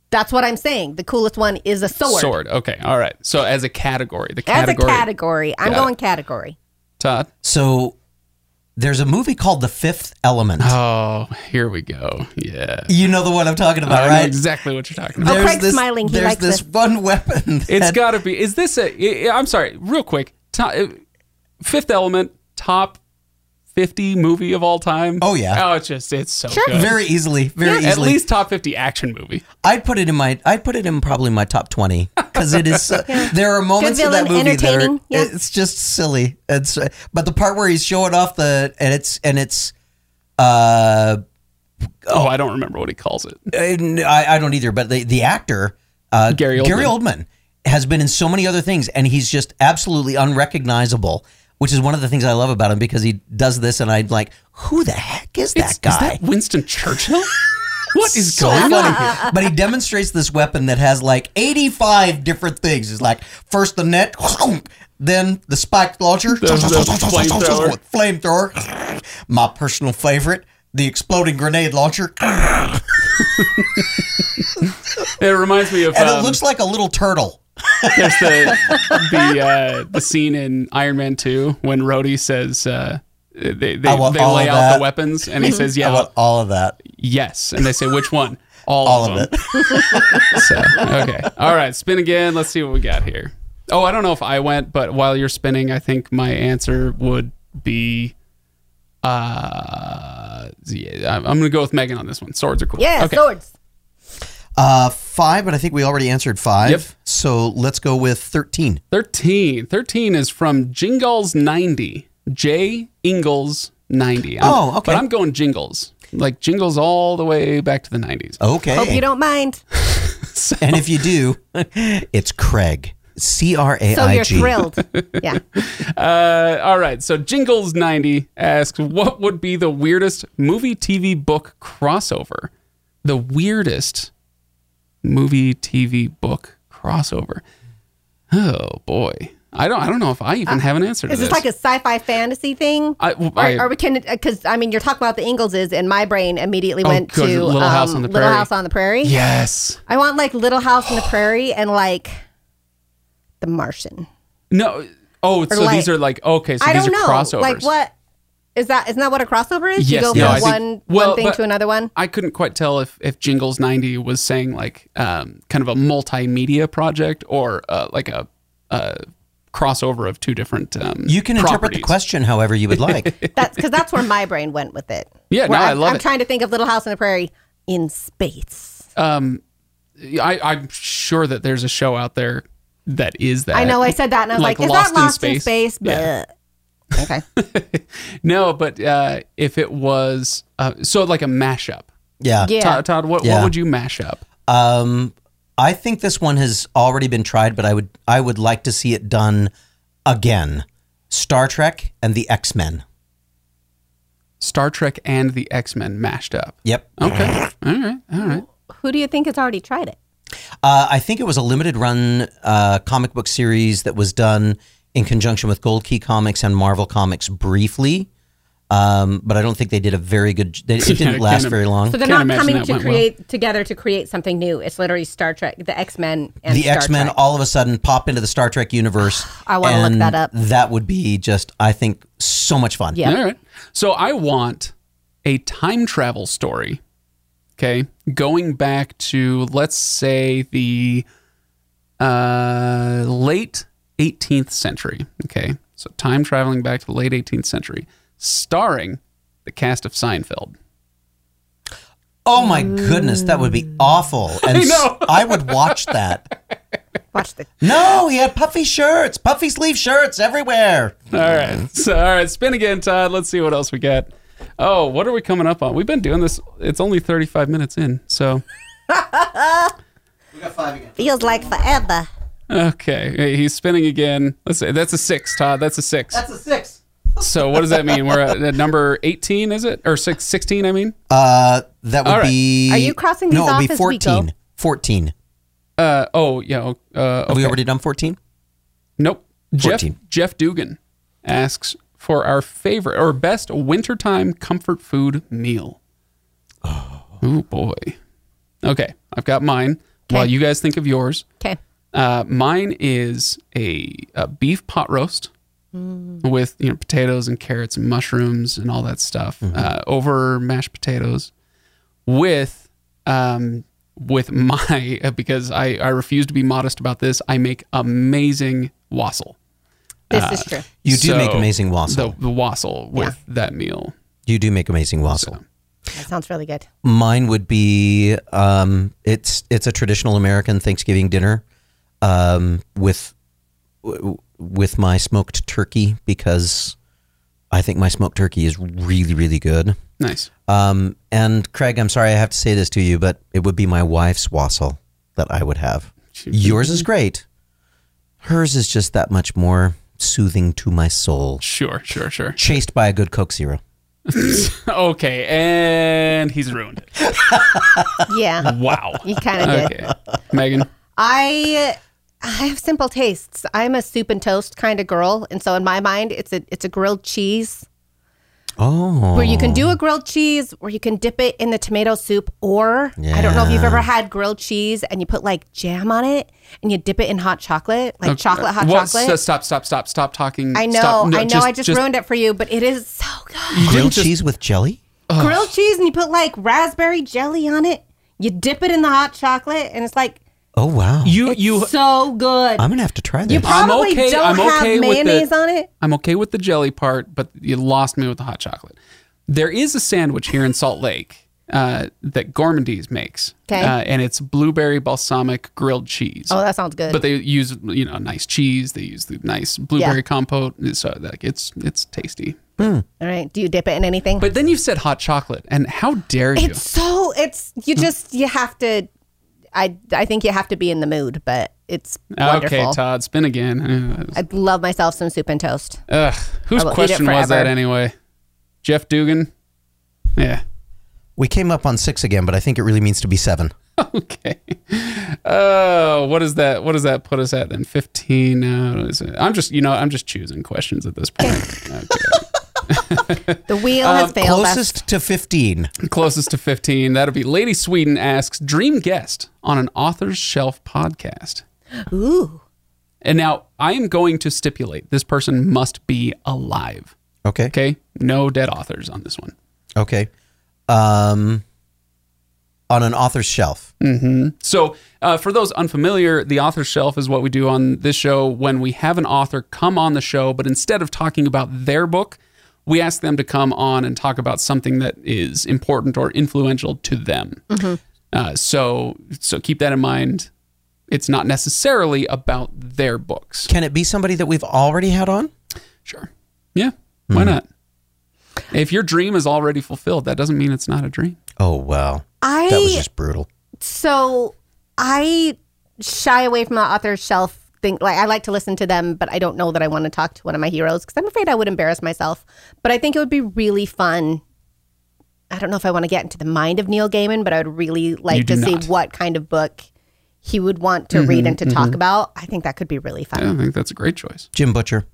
That's what I'm saying. The coolest one is a sword. Sword. Okay. All right. So as a category, the As category. a category, I'm Got it. going category. Todd. So there's a movie called The Fifth Element. Oh, here we go. Yeah. You know the one I'm talking about, I know right? exactly what you're talking about. Oh, Craig's smiling. He there's likes this this. one weapon. [LAUGHS] That, It's got to be. Is this a? I- I'm sorry, real quick. Top, Fifth Element, top fifty movie of all time. Oh, yeah. Oh, it's just it's so good. very easily, very At easily. least top fifty action movie. I'd put it in my. I'd put it in probably my top twenty because it is. [LAUGHS] so- There are moments in that villain, movie that are. entertaining, yeah. It's just silly. It's uh, but the part where he's showing off the and it's and it's. Uh, Oh, I don't remember what he calls it. and I, I don't either. But the the actor uh, Gary Oldman. Oldman has been in so many other things, and he's just absolutely unrecognizable. Which is one of the things I love about him because he does this, and I'm like, who the heck is that It's- guy? Is that Winston [LAUGHS] Churchill? what is so going on? funny. [LAUGHS] But he demonstrates this weapon that has like 85 different things. It's like first the net, [LAUGHS] then the spike launcher, The- the [LAUGHS] flamethrower. My personal favorite, the exploding grenade launcher. It reminds me of And um, it looks like a little turtle. there's [LAUGHS] the the uh, the scene in Iron Man Two when Rhodey says. Uh, they they, they I want all lay of out the that. weapons and he says I yeah want all of that. yes and they say which one all, All of of them [LAUGHS] it. So, okay. All right. Spin again. Let's see what we got here. Oh, I don't know if I went, but while you're spinning, I think my answer would be. Uh, yeah, I'm I'm gonna go with Megan on this one. Swords are cool. Yeah, Okay. swords. Uh, five, but I think we already answered five. Yep. So let's go with 13. Thirteen. Thirteen is from Jingles ninety. J Ingles ninety. Oh, okay. But I'm going Jingles. Like Jingles all the way back to the nineties. Okay. Hope you don't mind. and if you do, it's Craig. C R A So I you're G. [LAUGHS] thrilled. Yeah. Uh, all right. So Jingles ninety asks, "What would be the weirdest movie, TV, book crossover? The weirdest movie, TV, book crossover? Oh boy, I don't. I don't know if I even have an answer to Uh, Is this. this like a sci-fi fantasy thing? I- Or- I- or, we can, because I mean, you're talking about the Ingleses, and my brain immediately Oh, went good. to um, Little House on the Little Prairie. House on the Prairie. yes. I want like Little House on the Prairie and like The Martian. No. Oh, so like- these are like okay. So I these don't are know. crossovers. Like what is that? Isn't that what a crossover is? Yes, you go no, from I think- one well, one thing but- to [LAUGHS] another one. I couldn't quite tell if, if Jingles 90 was saying like um, kind of a multimedia project or uh, like a, a crossover of two different. Um, You can interpret the properties. question however you would [LAUGHS] like. That's because that's where my brain went with it. Yeah, Where no, I I'm- love I'm it. trying to think of Little House on the Prairie in space. I, I'm sure that there's a show out there that is that. I know I said that, and I was like, Uh, Like Lost "Is that in Lost in Space? Space?" Yeah. Bleh. [LAUGHS] Okay. No, but uh, if it was uh, so like a mashup. Yeah. Yeah. Todd, Todd what, Yeah. what would you mash up? Um, I think this one has already been tried, but I would I would like to see it done again. Star Trek and the X Men. Star Trek and the X Men mashed up. Yep. Okay. All right. All right. Who do you think has already tried it? Uh, I think it was a limited run uh, comic book series that was done in conjunction with Gold Key Comics and Marvel Comics briefly. Um, but I don't think they did a very good. They, it Yeah, I didn't last can't very im- long. So they're Can't not imagine coming that to went well. create together to create something new. It's literally Star Trek, the X Men, and the Star X Men Trek. all of a sudden pop into the Star Trek universe. [SIGHS] I wanna look and that up. That would be just, I think, so much fun. Yeah. All right. So I want a time travel story. Okay. Going back to, let's say, the uh, late 18th century. Okay. So time traveling back to the late 18th century, starring the cast of Seinfeld. Oh my goodness, that would be awful. And s- know. [LAUGHS] I would watch that. Watch the No, he had puffy shirts, puffy sleeve shirts everywhere. All right. So, all right. Spin again, Todd. Let's see what else we got. Oh, what are we coming up on? We've been doing this. It's only 35 minutes in. So, We got five again. feels like forever. okay. Hey, He's spinning again. Let's say that's a six, Todd. That's a six. That's a six. So what does that mean? We're at, at number 18, is it? Or six, 16, I mean? Uh, that would All right. be. Are you crossing No, these it would off be as we go? 14. 14. Uh, oh, yeah. Uh, Have okay. we already done 14? Nope. Jeff, 14. Jeff Dugan asks for our favorite or best wintertime comfort food meal. Oh, boy. Okay. I've got mine. While you guys think of yours, Okay. uh, mine is a, a beef pot roast with you know potatoes and carrots and mushrooms and all that stuff uh, over mashed potatoes with um, with [LAUGHS] my because I, I refuse to be modest about this. I make amazing wassail. This Uh, is true. You do So, make amazing wassail. The, the wassail with that meal. you do make amazing wassail. That sounds really good. Mine would be um, it's it's a traditional American Thanksgiving dinner um, with w- with my smoked turkey because I think my smoked turkey is really really good. Nice. Um, and Craig, I'm sorry I have to say this to you, but it would be my wife's wassail that I would have. Yours is great. Hers is just that much more soothing to my soul. Sure, sure, sure. [LAUGHS] Chased by a good Coke Zero. okay, and he's ruined it. Yeah, Wow. you kind of did. Uh, Okay. Megan. I I have simple tastes. I'm a soup and toast kind of girl, and so in my mind, it's a it's a grilled cheese Oh, where you can do a grilled cheese, where you can dip it in the tomato soup, or I don't know if you've ever had grilled cheese and you put like jam on it and you dip it in hot chocolate, like chocolate hot Well, chocolate. s- Stop, stop, stop, stop talking. I know, Stop. No, I know, I just, ruined it for you, but it is so good. You grilled didn't just- cheese with jelly. Grilled cheese and you put like raspberry jelly on it. You dip it in the hot chocolate and it's like Oh wow! You, you. so good. I'm gonna have to try this. you I'm probably okay- don't I'm okay with have the- mayonnaise on it. I'm okay with the jelly part, but you lost me with the hot chocolate. There is a sandwich here in Salt Lake uh, that Gourmandise makes, 'Kay. uh, and it's blueberry balsamic grilled cheese. Oh, that sounds good. But they use you know nice cheese. They use the nice blueberry compote. So like it's it's tasty. All right. Do you dip it in anything? But then you said hot chocolate, and how dare you? it's so it's you just you have to. I I think you have to be in the mood, but it's wonderful. Okay, Todd, spin again. Uh, I love myself some soup and toast. Ugh, whose I will eat it question was that forever. anyway? Jeff Dugan. Yeah. [LAUGHS] We came up on six again, but I think it really means to be seven. Okay. Oh, what is that? What does that put us at then? Fifteen. now? What is it? I'm just, you know, I'm just choosing questions at this [LAUGHS] point. Okay. The wheel Uh, has failed. us. Closest to fifteen. Closest to fifteen, that'll be Lady Sweden asks dream guest on an author's shelf podcast. Ooh, And now I am going to stipulate this person must be alive. Okay. Okay. Okay, no dead authors on this one. Um, on an author's shelf. So, uh, for those unfamiliar, the author's shelf is what we do on this show when we have an author come on the show, but instead of talking about their book, we ask them to come on and talk about something that is important or influential to them. Uh, so, so keep that in mind. it's not necessarily about their books. Can it be somebody that we've already had on? Sure. Yeah. Why not? If your dream is already fulfilled, that doesn't mean it's not a dream. Oh, wow. I That was just brutal. so I shy away from the author shelf thing. Like I like to listen to them, but I don't know that I want to talk to one of my heroes because I'm afraid I would embarrass myself. But I think it would be really fun. I don't know if I want to get into the mind of Neil Gaiman, but I would really You like do to not. Mm-hmm, see what kind of book he would want to read and to talk about. I think that could be really fun. I don't think that's a great choice. Jim Butcher.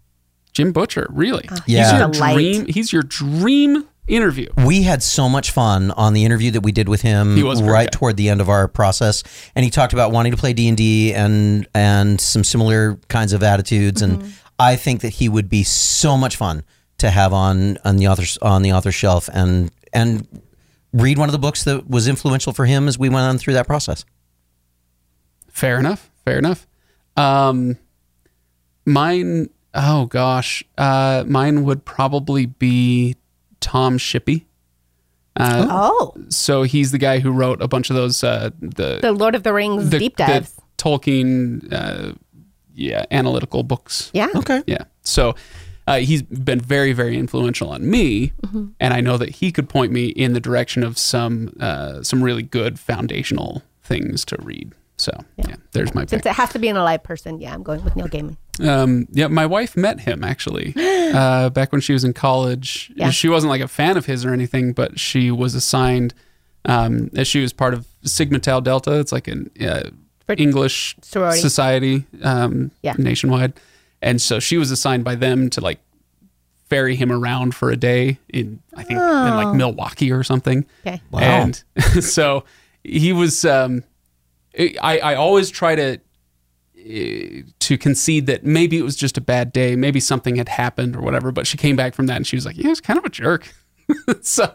Jim Butcher, really? Ah, Yeah. He's your Delight. dream. He's your dream interview. We had so much fun on the interview that we did with him He was a great right guy. toward the end of our process, and he talked about wanting to play D and D and and some similar kinds of attitudes. Mm-hmm. And I think that he would be so much fun to have on on the author's on the author's shelf and and read one of the books that was influential for him as we went on through that process. Fair enough. Fair enough. Um, mine. Oh gosh, uh, mine would probably be Tom Shippey. Oh, So he's the guy who wrote a bunch of those uh, the, the Lord of the Rings the deep the dives. Tolkien, uh, yeah, analytical books. yeah. Okay, Yeah. So uh, he's been very, very influential on me, and I know that he could point me in the direction of some uh, some really good foundational things to read. So yeah, there's my pick. Since it has to be an alive person, yeah, I'm going with Neil Gaiman. Um, yeah, my wife met him [GASPS] actually uh, back when she was in college. Yeah. She wasn't like a fan of his or anything, but she was assigned um, as she was part of Sigma Tau Delta. It's like an uh, Fr- English sorority. society um, Yeah. nationwide, and so she was assigned by them to like ferry him around for a day in I think in Oh. like Milwaukee or something. Okay. Wow. And [LAUGHS] so he was. Um, I I always try to eh, to concede that maybe it was just a bad day, maybe something had happened or whatever. But she came back from that and she was like, "Yeah, it's kind of a jerk." [LAUGHS] so,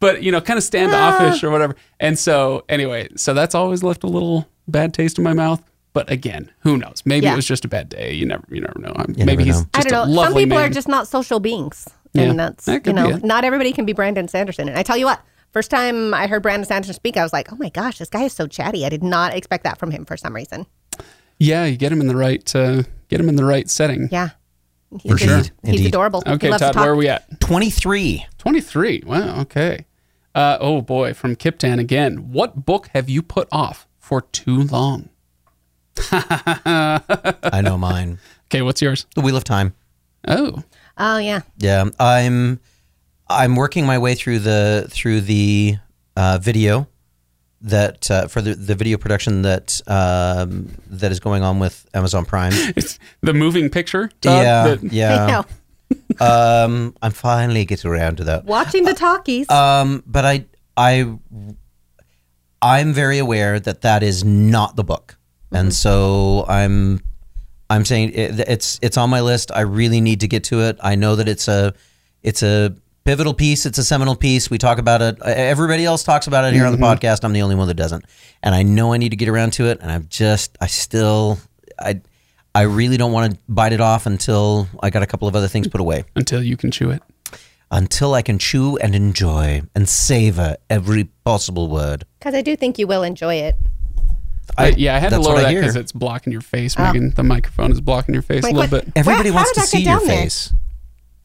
but you know, kind of standoffish or whatever. And so, anyway, so that's always left a little bad taste in my mouth. But again, who knows? Maybe Yeah. it was just a bad day. You never, you never know. I'm- You maybe never he's know. just I don't a know. Some lovely people man. are just not social beings. Yeah. And that's, That you could be know, it. not everybody can be Brandon Sanderson. And I tell you what, first time I heard Brandon Sanderson speak, I was like, oh my gosh, this guy is so chatty. I did not expect that from him for some reason. yeah, you get him in the right, uh, get him in the right setting. Yeah. He's, sure. just- he's Indeed. adorable. He Okay, loves to Todd, talk. where are we at? twenty three. 23. Wow. Okay. Uh, oh boy, from Kiptan again. What book have you put off for too long? I know mine. Okay, what's yours? The Wheel of Time. Oh, Oh, yeah. Yeah, I'm I'm working my way through the through the uh, video that uh, for the, the video production that um, that is going on with Amazon Prime. [LAUGHS] it's the moving picture. Todd, yeah, that- [LAUGHS] I yeah. know. Um, I'm finally getting around to that. Watching the talkies. uh, Um, but I I I'm very aware that that is not the book, and so I'm I'm saying it, it's it's on my list. I really need to get to it. I know that it's a it's a pivotal piece. It's a seminal piece. We talk about it. E, Everybody else talks about it here on the podcast. I'm the only one that doesn't, and I know I need to get around to it. And I'm just I still I. I really don't want to bite it off until I got a couple of other things put away until you can chew it. until I can chew and enjoy and savor every possible word. Because I do think you will enjoy it. I, yeah, I had to that's lower what I that hear. because it's blocking your face, Megan. The microphone is blocking your face Ah. Wait, a little what? bit. Everybody Where- wants to how did that see get your down there? face.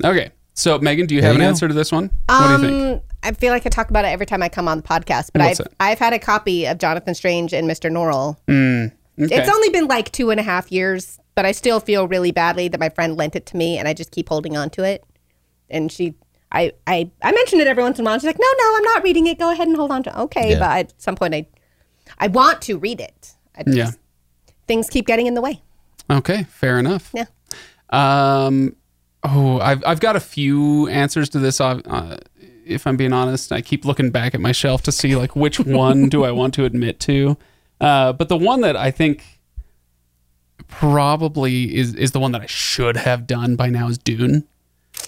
Okay, so Megan, do you have you an go. answer to this one? what do you think? Um, I feel like I talk about it every time I come on the podcast, but What's I've, it? I've had a copy of Jonathan Strange and Mr. Norrell. Okay. It's only been like two and a half years, but I still feel really badly that my friend lent it to me, and I just keep holding on to it. And she, I, I, I mentioned it every once in a while. and She's like, "No, no, I'm not reading it. Go ahead and hold on to." it." Okay, Yeah. but at some point, I, I want to read it. I just, yeah. things keep getting in the way. Okay, fair enough. Yeah. Um, oh, I've I've got a few answers to this. Uh, uh, if I'm being honest, I keep looking back at my shelf to see like which one do I want to admit to. Uh, but the one that I think probably is is the one that I should have done by now is Dune.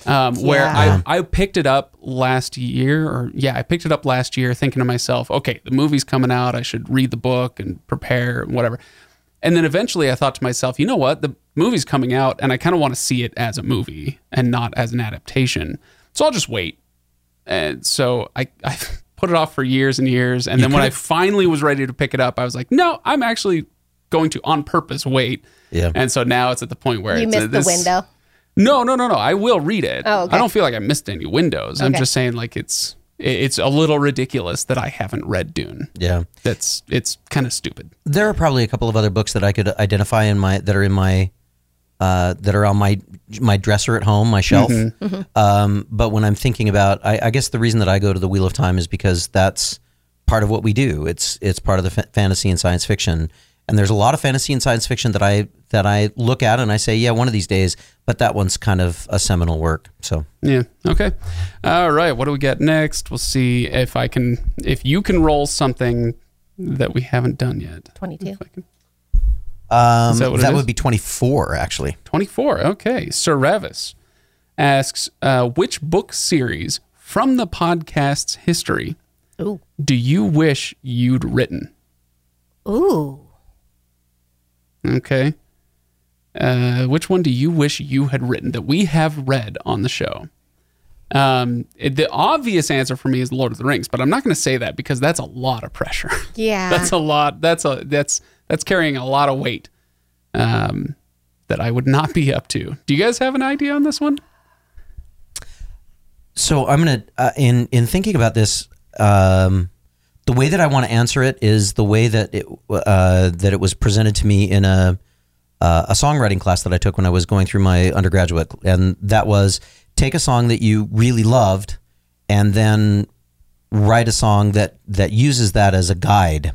Um, where Yeah. I, I picked it up last year, or yeah, I picked it up last year thinking to myself, okay, the movie's coming out. I should read the book and prepare and whatever. And then eventually I thought to myself, you know what? The movie's coming out and I kind of want to see it as a movie and not as an adaptation. So I'll just wait. And so I, I [LAUGHS] put it off for years and years. And then when I finally was ready to pick it up, I was like, no, I'm actually going to on purpose wait. Yeah. And so now it's at the point where You it's missed uh, the this- [LAUGHS] window. No, no, no, no. I will read it. Oh, okay. I don't feel like I missed any windows. I'm Okay. just saying like it's it- it's a little ridiculous that I haven't read Dune. Yeah. That's it's kind of stupid. There are probably a couple of other books that I could identify in my that are in my uh, that are on my my dresser at home, my shelf. Um, but when I'm thinking about, I, I guess the reason that I go to the Wheel of Time is because that's part of what we do. It's it's part of the fa- fantasy and science fiction, and there's a lot of fantasy and science fiction that I that I look at and I say, yeah, one of these days. But that one's kind of a seminal work. So Yeah. Okay. All right. What do we got next? We'll see if I can if you can roll something that we haven't done yet. 22. um, Is that that, what it is? would be 24 actually. 24. Okay. Sir Ravis asks uh, Which book series from the podcast's history Ooh. do you wish you'd written? Ooh. Okay. Uh, which one do you wish you had written that we have read on the show? Um, it- the obvious answer for me is Lord of the Rings, but I'm not going to say that because that's a lot of pressure. [LAUGHS] Yeah. that's a lot. That's a that's that's carrying a lot of weight. Um, that I would not be up to. Do you guys have an idea on this one? So I'm gonna uh, in in thinking about this, um, the way that I want to answer it is the way that it uh, that it was presented to me in a uh, a songwriting class that I took when I was going through my undergraduate, and that was take a song that you really loved, and then write a song that that uses that as a guide.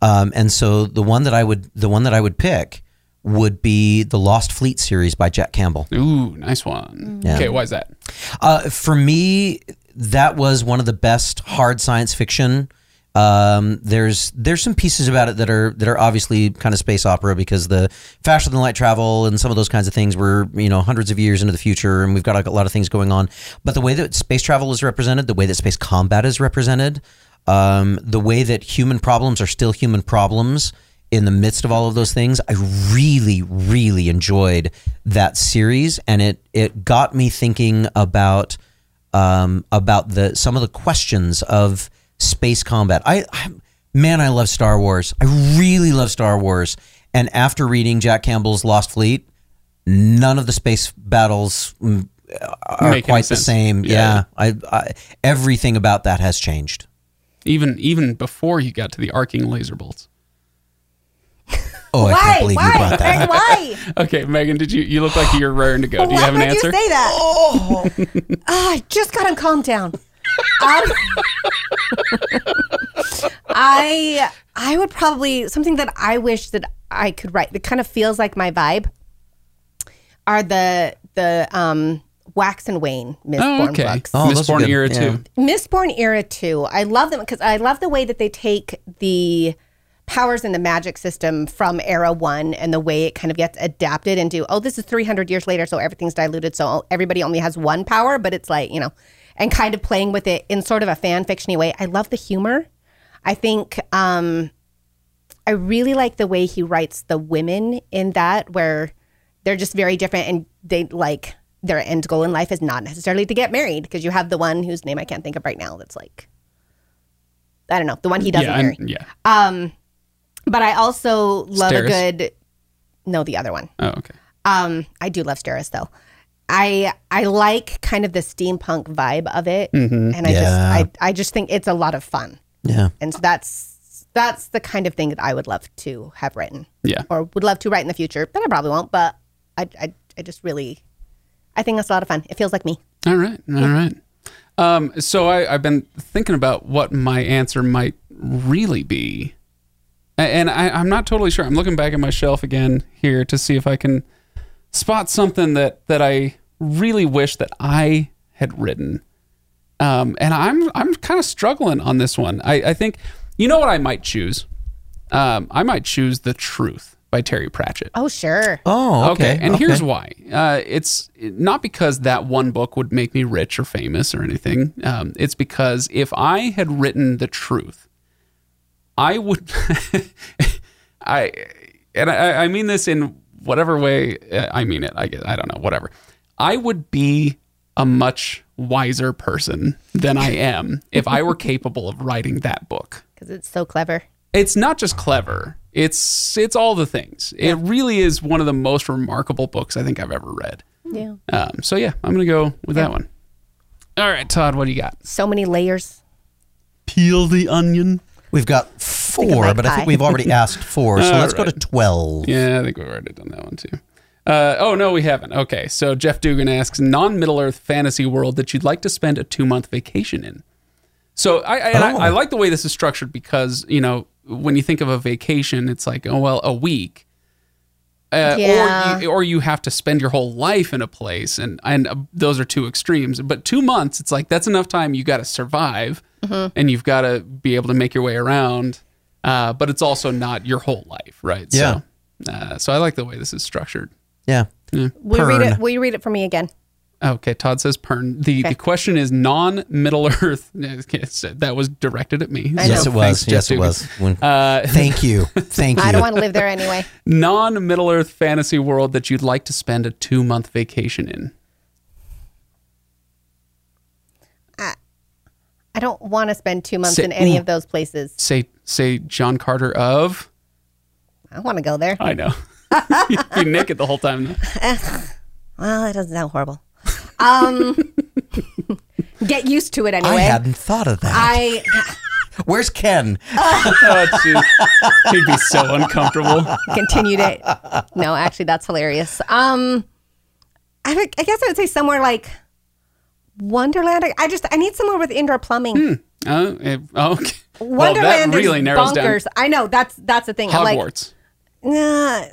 Um, and so the one that I would the one that I would pick would be the Lost Fleet series by Jack Campbell. Ooh, nice one. Mm. Okay, why is that? Uh, for me, that was one of the best hard science fiction. Um, there's there's some pieces about it that are that are obviously kind of space opera because the faster than light travel and some of those kinds of things were you know hundreds of years into the future and we've got a lot of things going on. But the way that space travel is represented, the way that space combat is represented, um, the way that human problems are still human problems in the midst of all of those things, I really, really enjoyed that series, and it it got me thinking about um, about the some of the questions of space combat. I, I man, I love Star Wars. I really love Star Wars, and after reading Jack Campbell's Lost Fleet, none of the space battles mm, are Make any quite the sense. same. Yeah. Yeah, I, I everything about that has changed. Even even before you got to the arcing laser bolts. Oh, I can't believe you brought [LAUGHS] that. Greg, why? Okay, Megan, did you you look like you're raring to go. Do you Why have an would answer? you say that? Oh, I just got him calmed down. Um, I I would probably something that I wish that I could write that kind of feels like my vibe are the the um Wax and Wayne oh, Mistborn okay. books. Oh, those are Mistborn good. era Yeah. too. Mistborn era too. I love them because I love the way that they take the powers and the magic system from era one and the way it kind of gets adapted into oh this is 300 years later so everything's diluted so everybody only has one power but it's like you know and kind of playing with it in sort of a fan fictiony way i love the humor i think um i really like the way he writes the women in that where they're just very different and they like their end goal in life is not necessarily to get married because you have the one whose name i can't think of right now that's like i don't know the one he doesn't Yeah, marry I'm- yeah. but I also love Steris? a good. No, the other one. Oh, okay. Um, I do love Steris though. I I like kind of the steampunk vibe of it, Mm-hmm. and I Yeah. just I, I just think it's a lot of fun, Yeah. and so that's that's the kind of thing that I would love to have written, Yeah. or would love to write in the future. But I probably won't. But I I, I just really, I think that's a lot of fun. It feels like me. All right. All right. Um, so I, I've been thinking about what my answer might really be. A- And I, I'm not totally sure. I'm looking back at my shelf again here to see if I can spot something that, that I really wish that I had written. Um, and I'm I'm kind of struggling on this one. I, I think you know what I might choose. Um, I might choose the truth by Terry Pratchett. Oh sure. Oh, okay. And okay. here's why. Uh, it's not because that one book would make me rich or famous or anything. Um, it's because if I had written the truth, I would. [LAUGHS] I and I, I mean this in whatever way uh, I mean it. I guess I don't know. Whatever. I would be a much wiser person than I am if I were [LAUGHS] capable of writing that book Because it's so clever. it's not just clever. It's it's all the things. It really is one of the most remarkable books I think I've ever read. Hmm. Yeah. Um, so yeah, I'm gonna go with that one. All right, Todd, what do you got? So many layers. Peel the onion. We've got four, my but I pie. think we've already asked four. So let's go to 12. Yeah, I think we've already done that one too. Uh, oh no, we haven't. Okay, so Jeff Dugan asks non-Middle Earth fantasy world that you'd like to spend a two-month vacation in. So I I, and I Oh. I like the way this is structured because you know when you think of a vacation, it's like oh well a week, uh, Yeah. or you, or you have to spend your whole life in a place, and and uh, those are two extremes. But two months, it's like that's enough time you got to survive, Mm-hmm. and you've got to be able to make your way around. Uh, but it's also not your whole life, right? Yeah. So, uh, so I like the way this is structured. Yeah. Will you read Pern. it? Will you read it for me [LAUGHS] again? Okay, Todd says Pern. The, the question is non Middle Earth. [LAUGHS] Yes, That was directed at me. I Yes, know. it was. Thanks, Jeff yes, it Dugan. was. When- Uh, thank you. Thank you. I don't want to live there anyway. non Middle Earth fantasy world that you'd like to spend a two month vacation in. I don't want to spend two months Sit- in Mm. any of those places. Say say John Carter of. I want to go there. I know. [LAUGHS] you nick it the whole time. Well, that doesn't sound [LAUGHS] horrible. Um, get used to it anyway. I hadn't thought of that. I Where's Ken? Oh, jeez. He'd be so uncomfortable. continued it. [LAUGHS] No, actually, that's hilarious. Um, I, would- I guess I would say somewhere like Wonderland. I, I just I need somewhere with indoor plumbing. Oh, eh, oh, okay. Well, that Wonderland really is narrows bonkers. I know that's that's the thing. down. I'm like, Hogwarts. nah,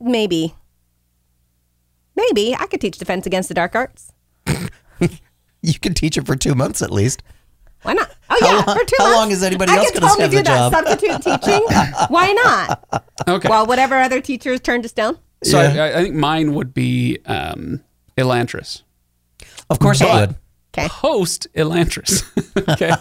maybe, maybe I could teach defense against the dark arts. You can teach it for two months at least. Why not? Oh How yeah, long- for two how months. long is anybody else I could gonna totally have do the that job? substitute [LAUGHS] teaching. Why not? okay. While whatever other teachers turned to stone. So Yeah. I, I think mine would be um, Elantris. Of course Okay. it would. [SIGHS] Okay. Post Elantris, [LAUGHS] okay,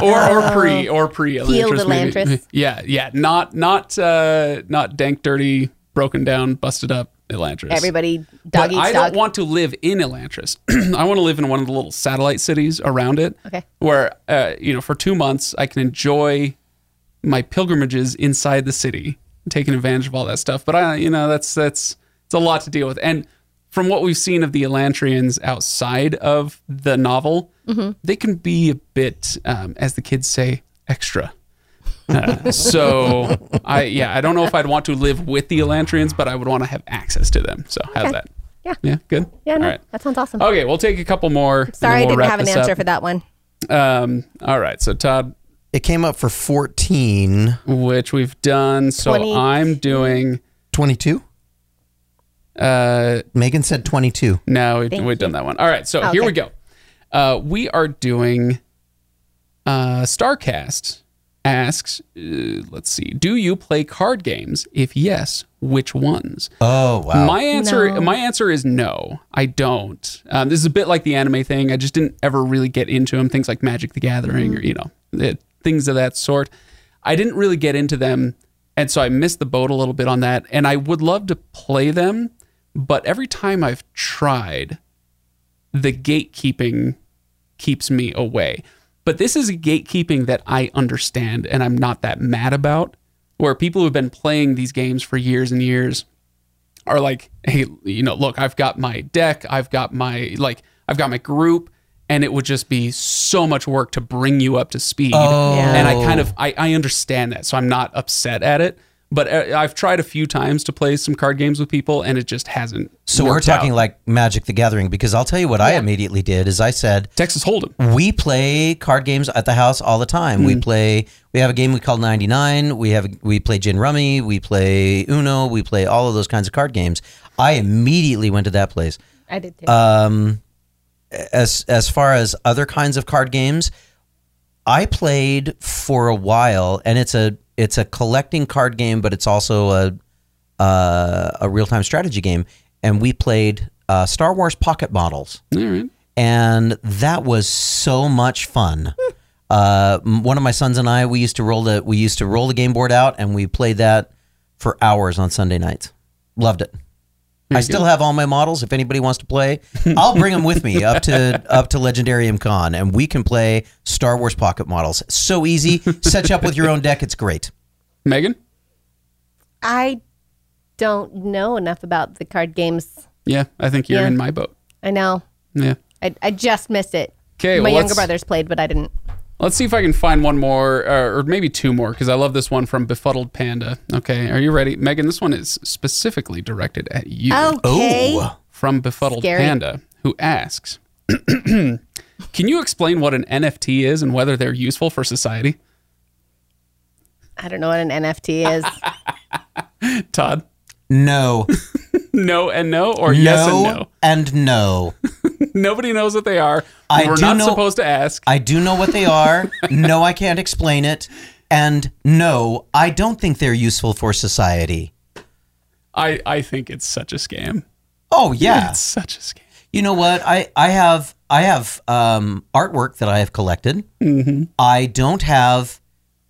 or or pre or pre Oh. Healed Elantris. maybe. Elantris. Yeah, yeah, not not uh, not dank, dirty, broken down, busted up Elantris. Everybody But dog eats I dog. don't want to live in Elantris. [CLEARS THROAT] I want to live in one of the little satellite cities around it. Okay. Where, uh, you know, for two months, I can enjoy my pilgrimages inside the city, taking advantage of all that stuff. But I, you know, that's, that's, it's a lot to deal with. And from what we've seen of the Elantrians outside of the novel, Mm-hmm. they can be a bit, um, as the kids say, extra. Uh, so I yeah, I don't know if I'd want to live with the Elantrians, but I would want to have access to them. So how's that? Yeah. Yeah, good. yeah, no, All right. that sounds awesome. Okay, we'll take a couple more. and then Sorry, we'll I didn't wrap have an this answer up. for that one. Um, all right, so Todd, It came up for 14. which we've done. So Twenty- I'm doing. 22? Uh, Megan said 22. no, we, we've done that one. All right, so Oh, here okay. we go. Uh, we are doing. Uh, Starcast asks, uh, let's see, do you play card games? If yes, which ones? Oh, wow. My answer, No. my answer is no. I don't. Um, this is a bit like the anime thing. I just didn't ever really get into them. Things like Magic the Gathering, or you know, the, things of that sort. I didn't really get into them, and so I missed the boat a little bit on that. And I would love to play them, but every time I've tried, the gatekeeping keeps me away. But this is a gatekeeping that I understand and I'm not that mad about. Where people who've been playing these games for years and years are like, hey, you know, look, I've got my deck, I've got my like, I've got my group, and it would just be so much work to bring you up to speed. Yeah. And I kind of I, I understand that, so I'm not upset at it. But uh, I've tried a few times to play some card games with people, and it just hasn't. So we're worked out. talking like Magic the Gathering because I'll tell you what I immediately did is I said, Texas Hold'em. we play card games at the house all the time. We play. We have a game we call ninety nine. We have we play gin rummy. We play Uno. We play all of those kinds of card games. I immediately went to that place. I did Uh, too. Um, As as far as other kinds of card games, I played for a while, and it's a it's a collecting card game, but it's also a uh, a real time strategy game. And we played uh, Star Wars Pocket Models All right. and that was so much fun. Uh, m- one of my sons and I, we used to roll the we used to roll the game board out, and we played that for hours on Sunday nights. Loved it. I still have all my models. If anybody wants to play, I'll bring them [LAUGHS] with me up to up to Legendarium Con, and we can play Star Wars Pocket Models. So easy. Set you up with your own deck. It's great. Megan? I don't know enough about the card games. Yeah, I think you're Yeah. in my boat. I know. Yeah. I, I just missed it. 'Kay, My well, younger let's- brothers played, but I didn't. Let's see if I can find one more, uh, or, or maybe two more, because I love this one from Befuddled Panda. Okay, are you ready? Megan, this one is specifically directed at you. Okay. Oh, From Befuddled Scary. Panda, who asks [CLEARS THROAT] Can you explain what an NFT is and whether they're useful for society? I don't know what [LAUGHS] an NFT is. Todd, no, no and no, or [LAUGHS] yes and no? [LAUGHS] no, and no. Nobody knows what they are. I We're do not know- supposed to ask. I do know what they are. no, I can't explain it. And no, I don't think they're useful for society. I, I think it's such a scam. Oh yeah. It's such a scam. You know what? I, I have I have um, artwork that I have collected. Mm-hmm. I don't have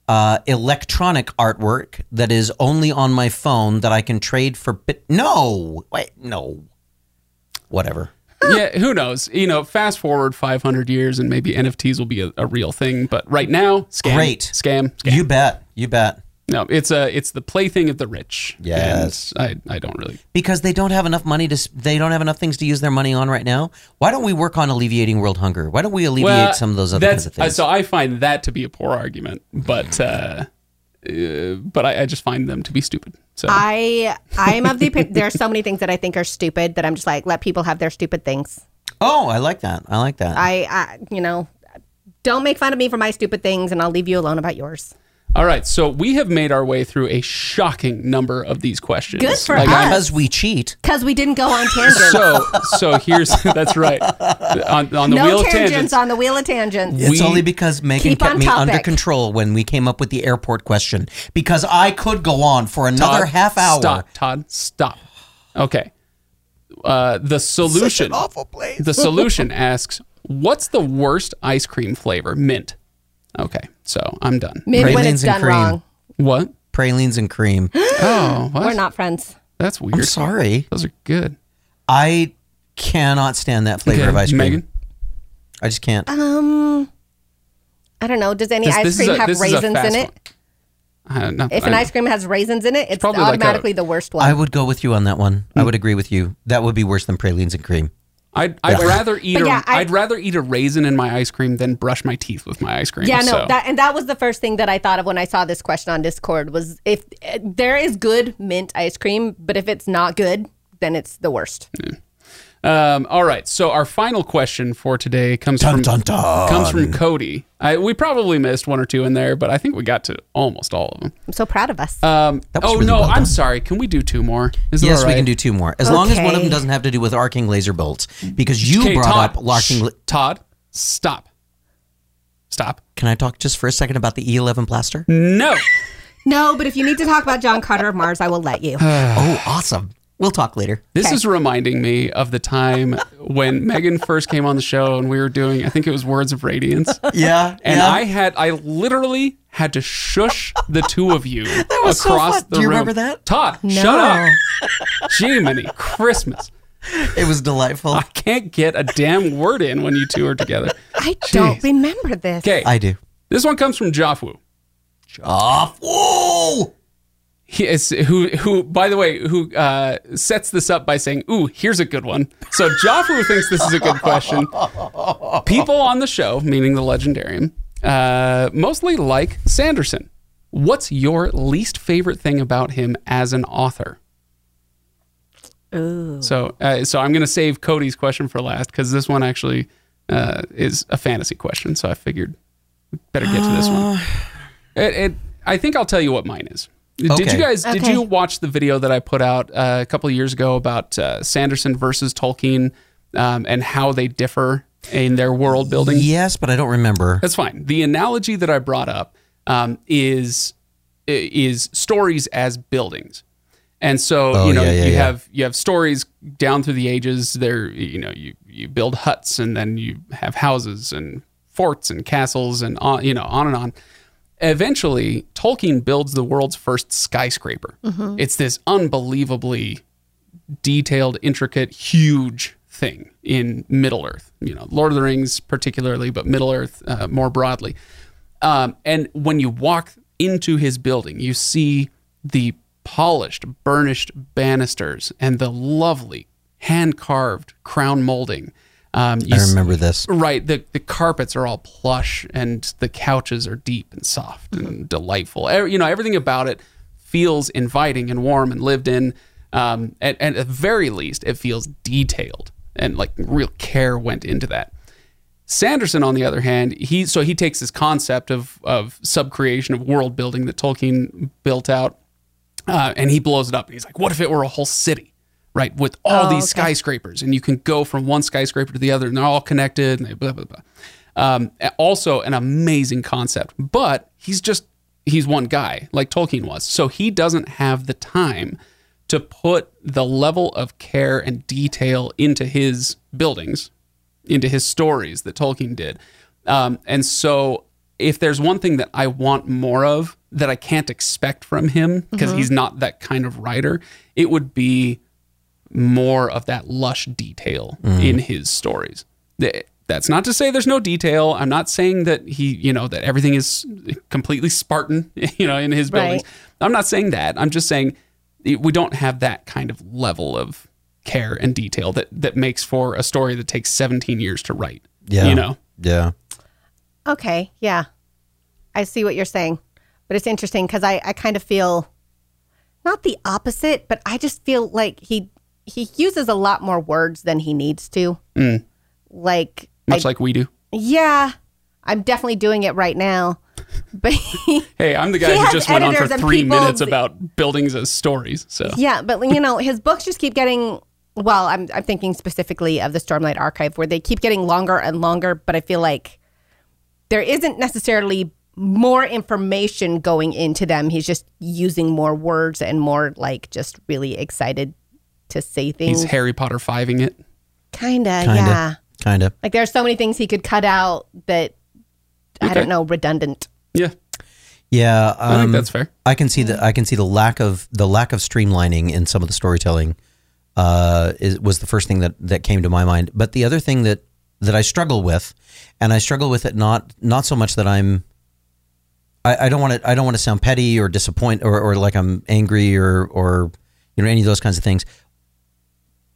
uh, electronic artwork that is only on my phone that I can trade for. Bit- no, wait, no, whatever. yeah, who knows? You know, fast forward 500 years and maybe NFTs will be a, a real thing. But right now, scam, Great. scam, scam. You bet, you bet. no, it's a it's the plaything of the rich. Yes. and I I don't really. Because they don't have enough money to. s- They don't have enough things to use their money on right now. Why don't we work on alleviating world hunger? Why don't we alleviate Well, some of those other that's kinds of things? so I find that to be a poor argument, but uh, uh, but I, I just find them to be stupid. So I I'm of the opinion there are so many things that I think are stupid that I'm just like let people have their stupid things. oh, I like that. I like that. I, I you know don't make fun of me for my stupid things and I'll leave you alone about yours. all right, so we have made our way through a shocking number of these questions. Good for Like, us. because we cheat. Because we didn't go on [LAUGHS] tangents. So so here's [LAUGHS] that's right on, on the no wheel of tangents, tangents. on the wheel of tangents. It's We- only because Megan Keep kept on me under topic. control when we came up with the airport question because I could go on for another Todd, half hour. Stop, Todd. Stop. Okay. Uh, the solution. place. The solution asks, "What's the worst ice cream flavor? Mint." Okay, so I'm done. Maybe when Pralines it's and done cream. wrong. What? Pralines and [GASPS] cream. Oh, We're what? not friends. That's I'm weird. sorry. Those are good. I cannot stand that flavor Okay, of ice cream. Megan, Uh-huh. I just can't. I don't know. Does any This- ice this is cream a- this have is a raisins in fast it? one. I don't know. If an ice cream has raisins in it, it's probably like automatically a- the worst I one. would go with you on that one. Mm. I would agree with you. That would be worse than pralines and cream. I'd, I'd rather eat a But yeah, I- would rather eat a raisin in my ice cream than brush my teeth with my ice cream. yeah, no, so. that and that was the first thing that I thought of when I saw this question on Discord was if eh, there is good mint ice cream, but if it's not good, then it's the worst. Um, all right. So our final question for today comes from dun, dun. Um, comes from Cody. I, we probably missed one or two in there, but I think we got to almost all of them. I'm so proud of us. Um, was oh really no, well I'm done. sorry. Can we do two more? Is it Yes, all we right? can do two more. As long as one of Okay. them doesn't have to do with arcing laser bolts. Because you Okay, brought Todd. up arcing. shh, Todd, stop. Stop. can I talk just for a second about the E11 blaster? No. no, but if you need to talk about John Carter of Mars, I will let you. uh, Oh, awesome. We'll talk later. This is reminding me of the time [LAUGHS] when Megan first came on the show and we were doing, I think it was Words of Radiance. Yeah. And yeah. I had, I literally had to shush the two of [LAUGHS] you was so across fun. the Do you room. remember that? Todd, shut up. Jiminy Christmas. It was [LAUGHS] delightful. I can't get a damn word in when you two are together. I don't remember this. Okay. I do. this one comes from Jafu. Off. Whoa! He is, who, who, by the way, who uh, sets this up by saying, "Ooh, here's a good one." So Joffru thinks this is a good question. People on the show, meaning the Legendarium, uh, mostly like Sanderson. What's your least favorite thing about him as an author? Ooh. So, uh, so I'm going to save Cody's question for last because this one actually uh, is a fantasy question. So I figured we better get to this one. It, it, I think I'll tell you what mine is. Did Okay. you guys? Did Okay. you watch the video that I put out uh, a couple of years ago about uh, Sanderson versus Tolkien um, and how they differ in their world building? Yes, but I don't remember. That's fine. The analogy that I brought up um, is is stories as buildings, and so Oh, you know yeah, yeah, you yeah. have you have stories down through the ages. There, you know, you you build huts and then you have houses and forts and castles and on you know on and on. Eventually, Tolkien builds the world's first skyscraper. It's this unbelievably detailed, intricate, huge thing in Middle Earth. You know, Lord of the Rings particularly, but Middle Earth uh, more broadly. Um, and when you walk into his building, you see the polished, burnished banisters and the lovely hand carved crown molding. Um, you I s- remember this. Right. The, the carpets are all plush and the couches are deep and soft and delightful. Ev- You know, everything about it feels inviting and warm and lived in. Um, and, and at the very least, it feels detailed and like real care went into that. Sanderson, on the other hand, he so he takes this concept of of subcreation of world building that Tolkien built out, uh, and he blows it up. And he's like, "What if it were a whole city, right? With all Oh, these okay. skyscrapers, and you can go from one skyscraper to the other, and they're all connected." And they blah blah blah. Um, also, an amazing concept, but he's just he's one guy like Tolkien was, so he doesn't have the time to put the level of care and detail into his buildings into his stories that Tolkien did. Um, and so, if there's one thing that I want more of that I can't expect from him because he's not that kind of writer, it would be more of that lush detail in his stories. Th- That's not to say there's no detail. I'm not saying that he, you know, that everything is completely Spartan, [LAUGHS] you know, in his buildings. I'm not saying that. I'm just saying it, we don't have that kind of level of care and detail that that makes for a story that takes 17 years to write. Yeah. You know. Yeah. Okay, yeah. I see what you're saying. But it's interesting because I, I kind of feel not the opposite, but I just feel like he he uses a lot more words than he needs to. Like I, Much like we do. yeah, I'm definitely doing it right now. But Hey, I'm the guy He who has just went on for editors and three people- minutes about buildings as stories. So yeah, but you know, his books just keep getting well, I'm I'm thinking specifically of the Stormlight Archive where they keep getting longer and longer, but I feel like there isn't necessarily more information going into them. He's just using more words and more like just really excited to say he's things. Harry Potter fiving it. Kinda, Kinda. yeah. Kind of. Like there's so many things he could cut out that I Okay. don't know, redundant. Yeah, Yeah. Um, I think that's fair. I can see the I can see the lack of the lack of streamlining in some of the storytelling uh, is, was the first thing that that came to my mind. But the other thing that that I struggle with, and I struggle with it not not so much that I'm I, I don't want to I don't want to sound petty or disappoint or, or like I'm angry or or you know any of those kinds of things.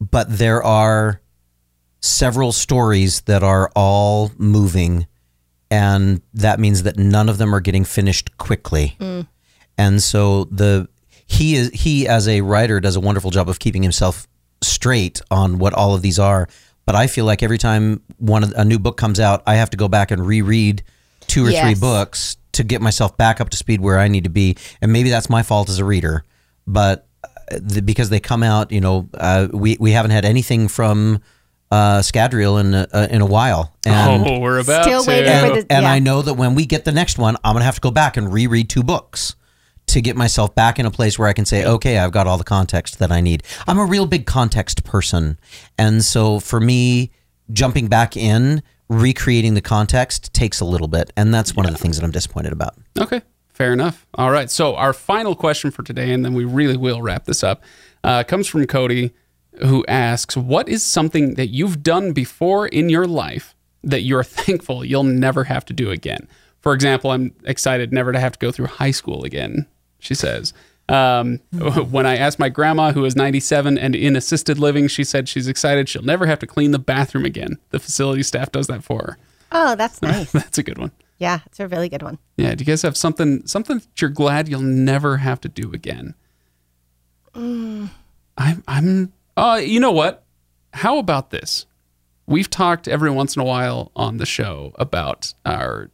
But there are several stories that are all moving, and that means that none of them are getting finished quickly. And so the he is he as a writer does a wonderful job of keeping himself straight on what all of these are. But I feel like every time one of, a new book comes out, I have to go back and reread two or three Yes. books books to get myself back up to speed where I need to be. And maybe that's my fault as a reader, but uh, the, because they come out, you know, uh, we we haven't had anything from uh, Scadrial in a, uh, in a while, and oh, we're about Still to. waiting for the- and yeah. I know that when we get the next one, I'm gonna have to go back and reread two books to get myself back in a place where I can say, okay, I've got all the context that I need. I'm a real big context person, and so for me, jumping back in. Recreating the context takes a little bit, and that's one of the things that I'm disappointed about. Okay, fair enough. All right. So our final question for today, and then we really will wrap this up, uh, comes from Cody, who asks, "What is something that you've done before in your life that you're [LAUGHS] thankful you'll never have to do again?" For example, I'm excited never to have to go through high school again. She says. Um, [LAUGHS] when I asked my grandma, who is 97 and in assisted living, she said she's excited she'll never have to clean the bathroom again. The facility staff does that for Oh, that's her. [LAUGHS] nice. That's a good one. yeah, it's a really good one. Yeah, do you guys have something something that you're glad you'll never have to do again? I'm I'm uh you know what? How about this? We've talked every once in a while on the show about our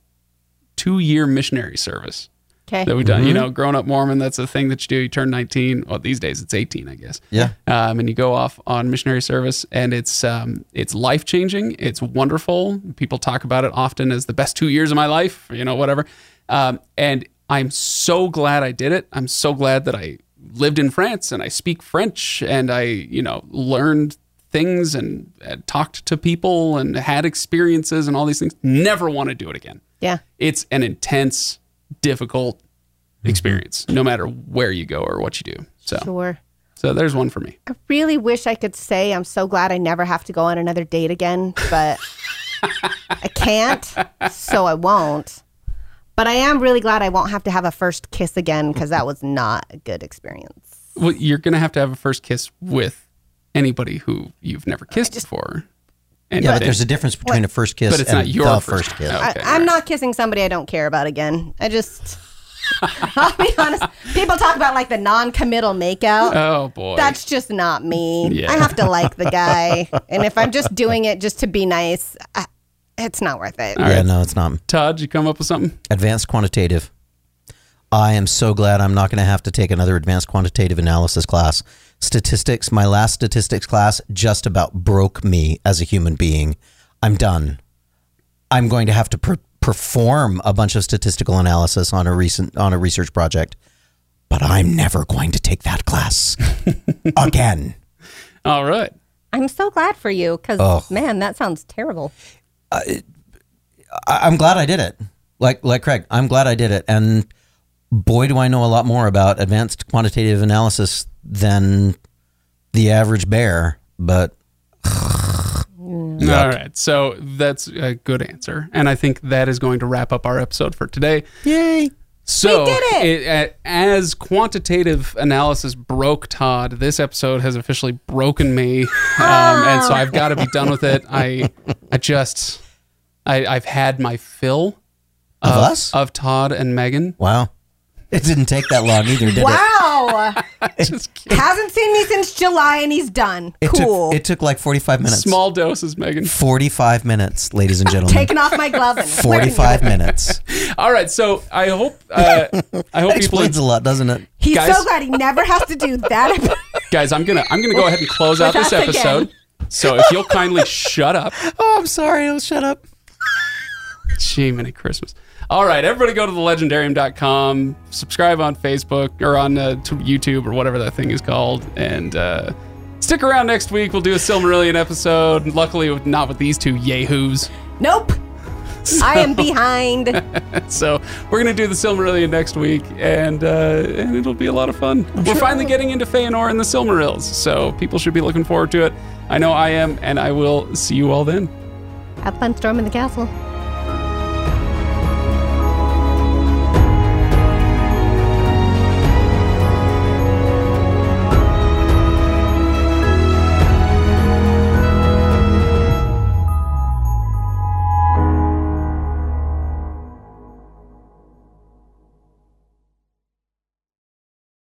two year missionary service Okay. that we've done. You know, grown up Mormon, that's a thing that you do. You turn 19. Well, these days it's 18, I guess. Yeah. Um, and you go off on missionary service, and it's um, it's life changing. It's wonderful. People talk about it often as the best two years of my life. You know, whatever. Um, and I'm so glad I did it. I'm so glad that I lived in France and I speak French and I you know learned things and, and talked to people and had experiences and all these things. Never want to do it again Yeah. it's an intense, difficult experience, no matter where you go or what you do. So, Sure. so there's one for me. I really wish I could say I'm so glad I never have to go on another date again, but I can't, so I won't. But I am really glad I won't have to have a first kiss again because that was not a good experience. Well, you're gonna have to have a first kiss with anybody who you've never kissed before. And Yeah, but they- there's a difference between a first kiss But it's and not your the first- first, kiss. no. I, Okay, I'm not kissing somebody I don't care about again. I just, [LAUGHS] I'll be honest. People talk about like the non-committal makeout. oh boy, That's just not me. Yeah. I have to like the guy, and if I'm just doing it just to be nice, I, it's not worth it. yeah, no, it's not. Todd, you come up with something? Advanced quantitative. I am so glad I'm not going to have to take another advanced quantitative analysis class. Statistics, my last statistics class just about broke me as a human being. I'm done. I'm going to have to per- perform a bunch of statistical analysis on a recent on a research project, but I'm never going to take that class again. All right. I'm so glad for you because man, that sounds terrible. I, I'm glad I did it. Like like Craig, I'm glad I did it. And boy, do I know a lot more about advanced quantitative analysis than the average bear. But All right. So that's a good answer. And I think that is going to wrap up our episode for today. yay! So, We did it! uh, as quantitative analysis broke Todd, this episode has officially broken [LAUGHS] me, um, and so I've got to be done with it. I, I just, I, I've had my fill Of us? of Todd and Megan. Wow, it didn't take that long either, did it? Wow, Just kidding. [LAUGHS] hasn't seen me since July, and he's done. It cool. Took, it took like 45 minutes. small doses, Megan. Forty-five minutes, ladies [LAUGHS] and gentlemen. Taking off my gloves and flirting with Forty-five [LAUGHS] minutes. All right. So I hope, uh, I hope That people explains a lot, doesn't it? He's Guys. so glad he never has to do that. [LAUGHS] guys i'm gonna i'm gonna go ahead and close out this With us again. episode so if you'll kindly shut up Oh, I'm sorry. Oh, shut up. gee many christmas all right everybody go to the legendarium.com subscribe on facebook or on uh, t- youtube or whatever that thing is called and uh Stick around next week. We'll do a Silmarillion episode. Luckily, with- not with these two yahoos. nope. I am behind. So we're gonna do the Silmarillion next week, and uh, and it'll be a lot of fun. we're finally getting into Feanor and the Silmarils, so people should be looking forward to it. I know I am, and I will see you all then. Have fun storming the castle.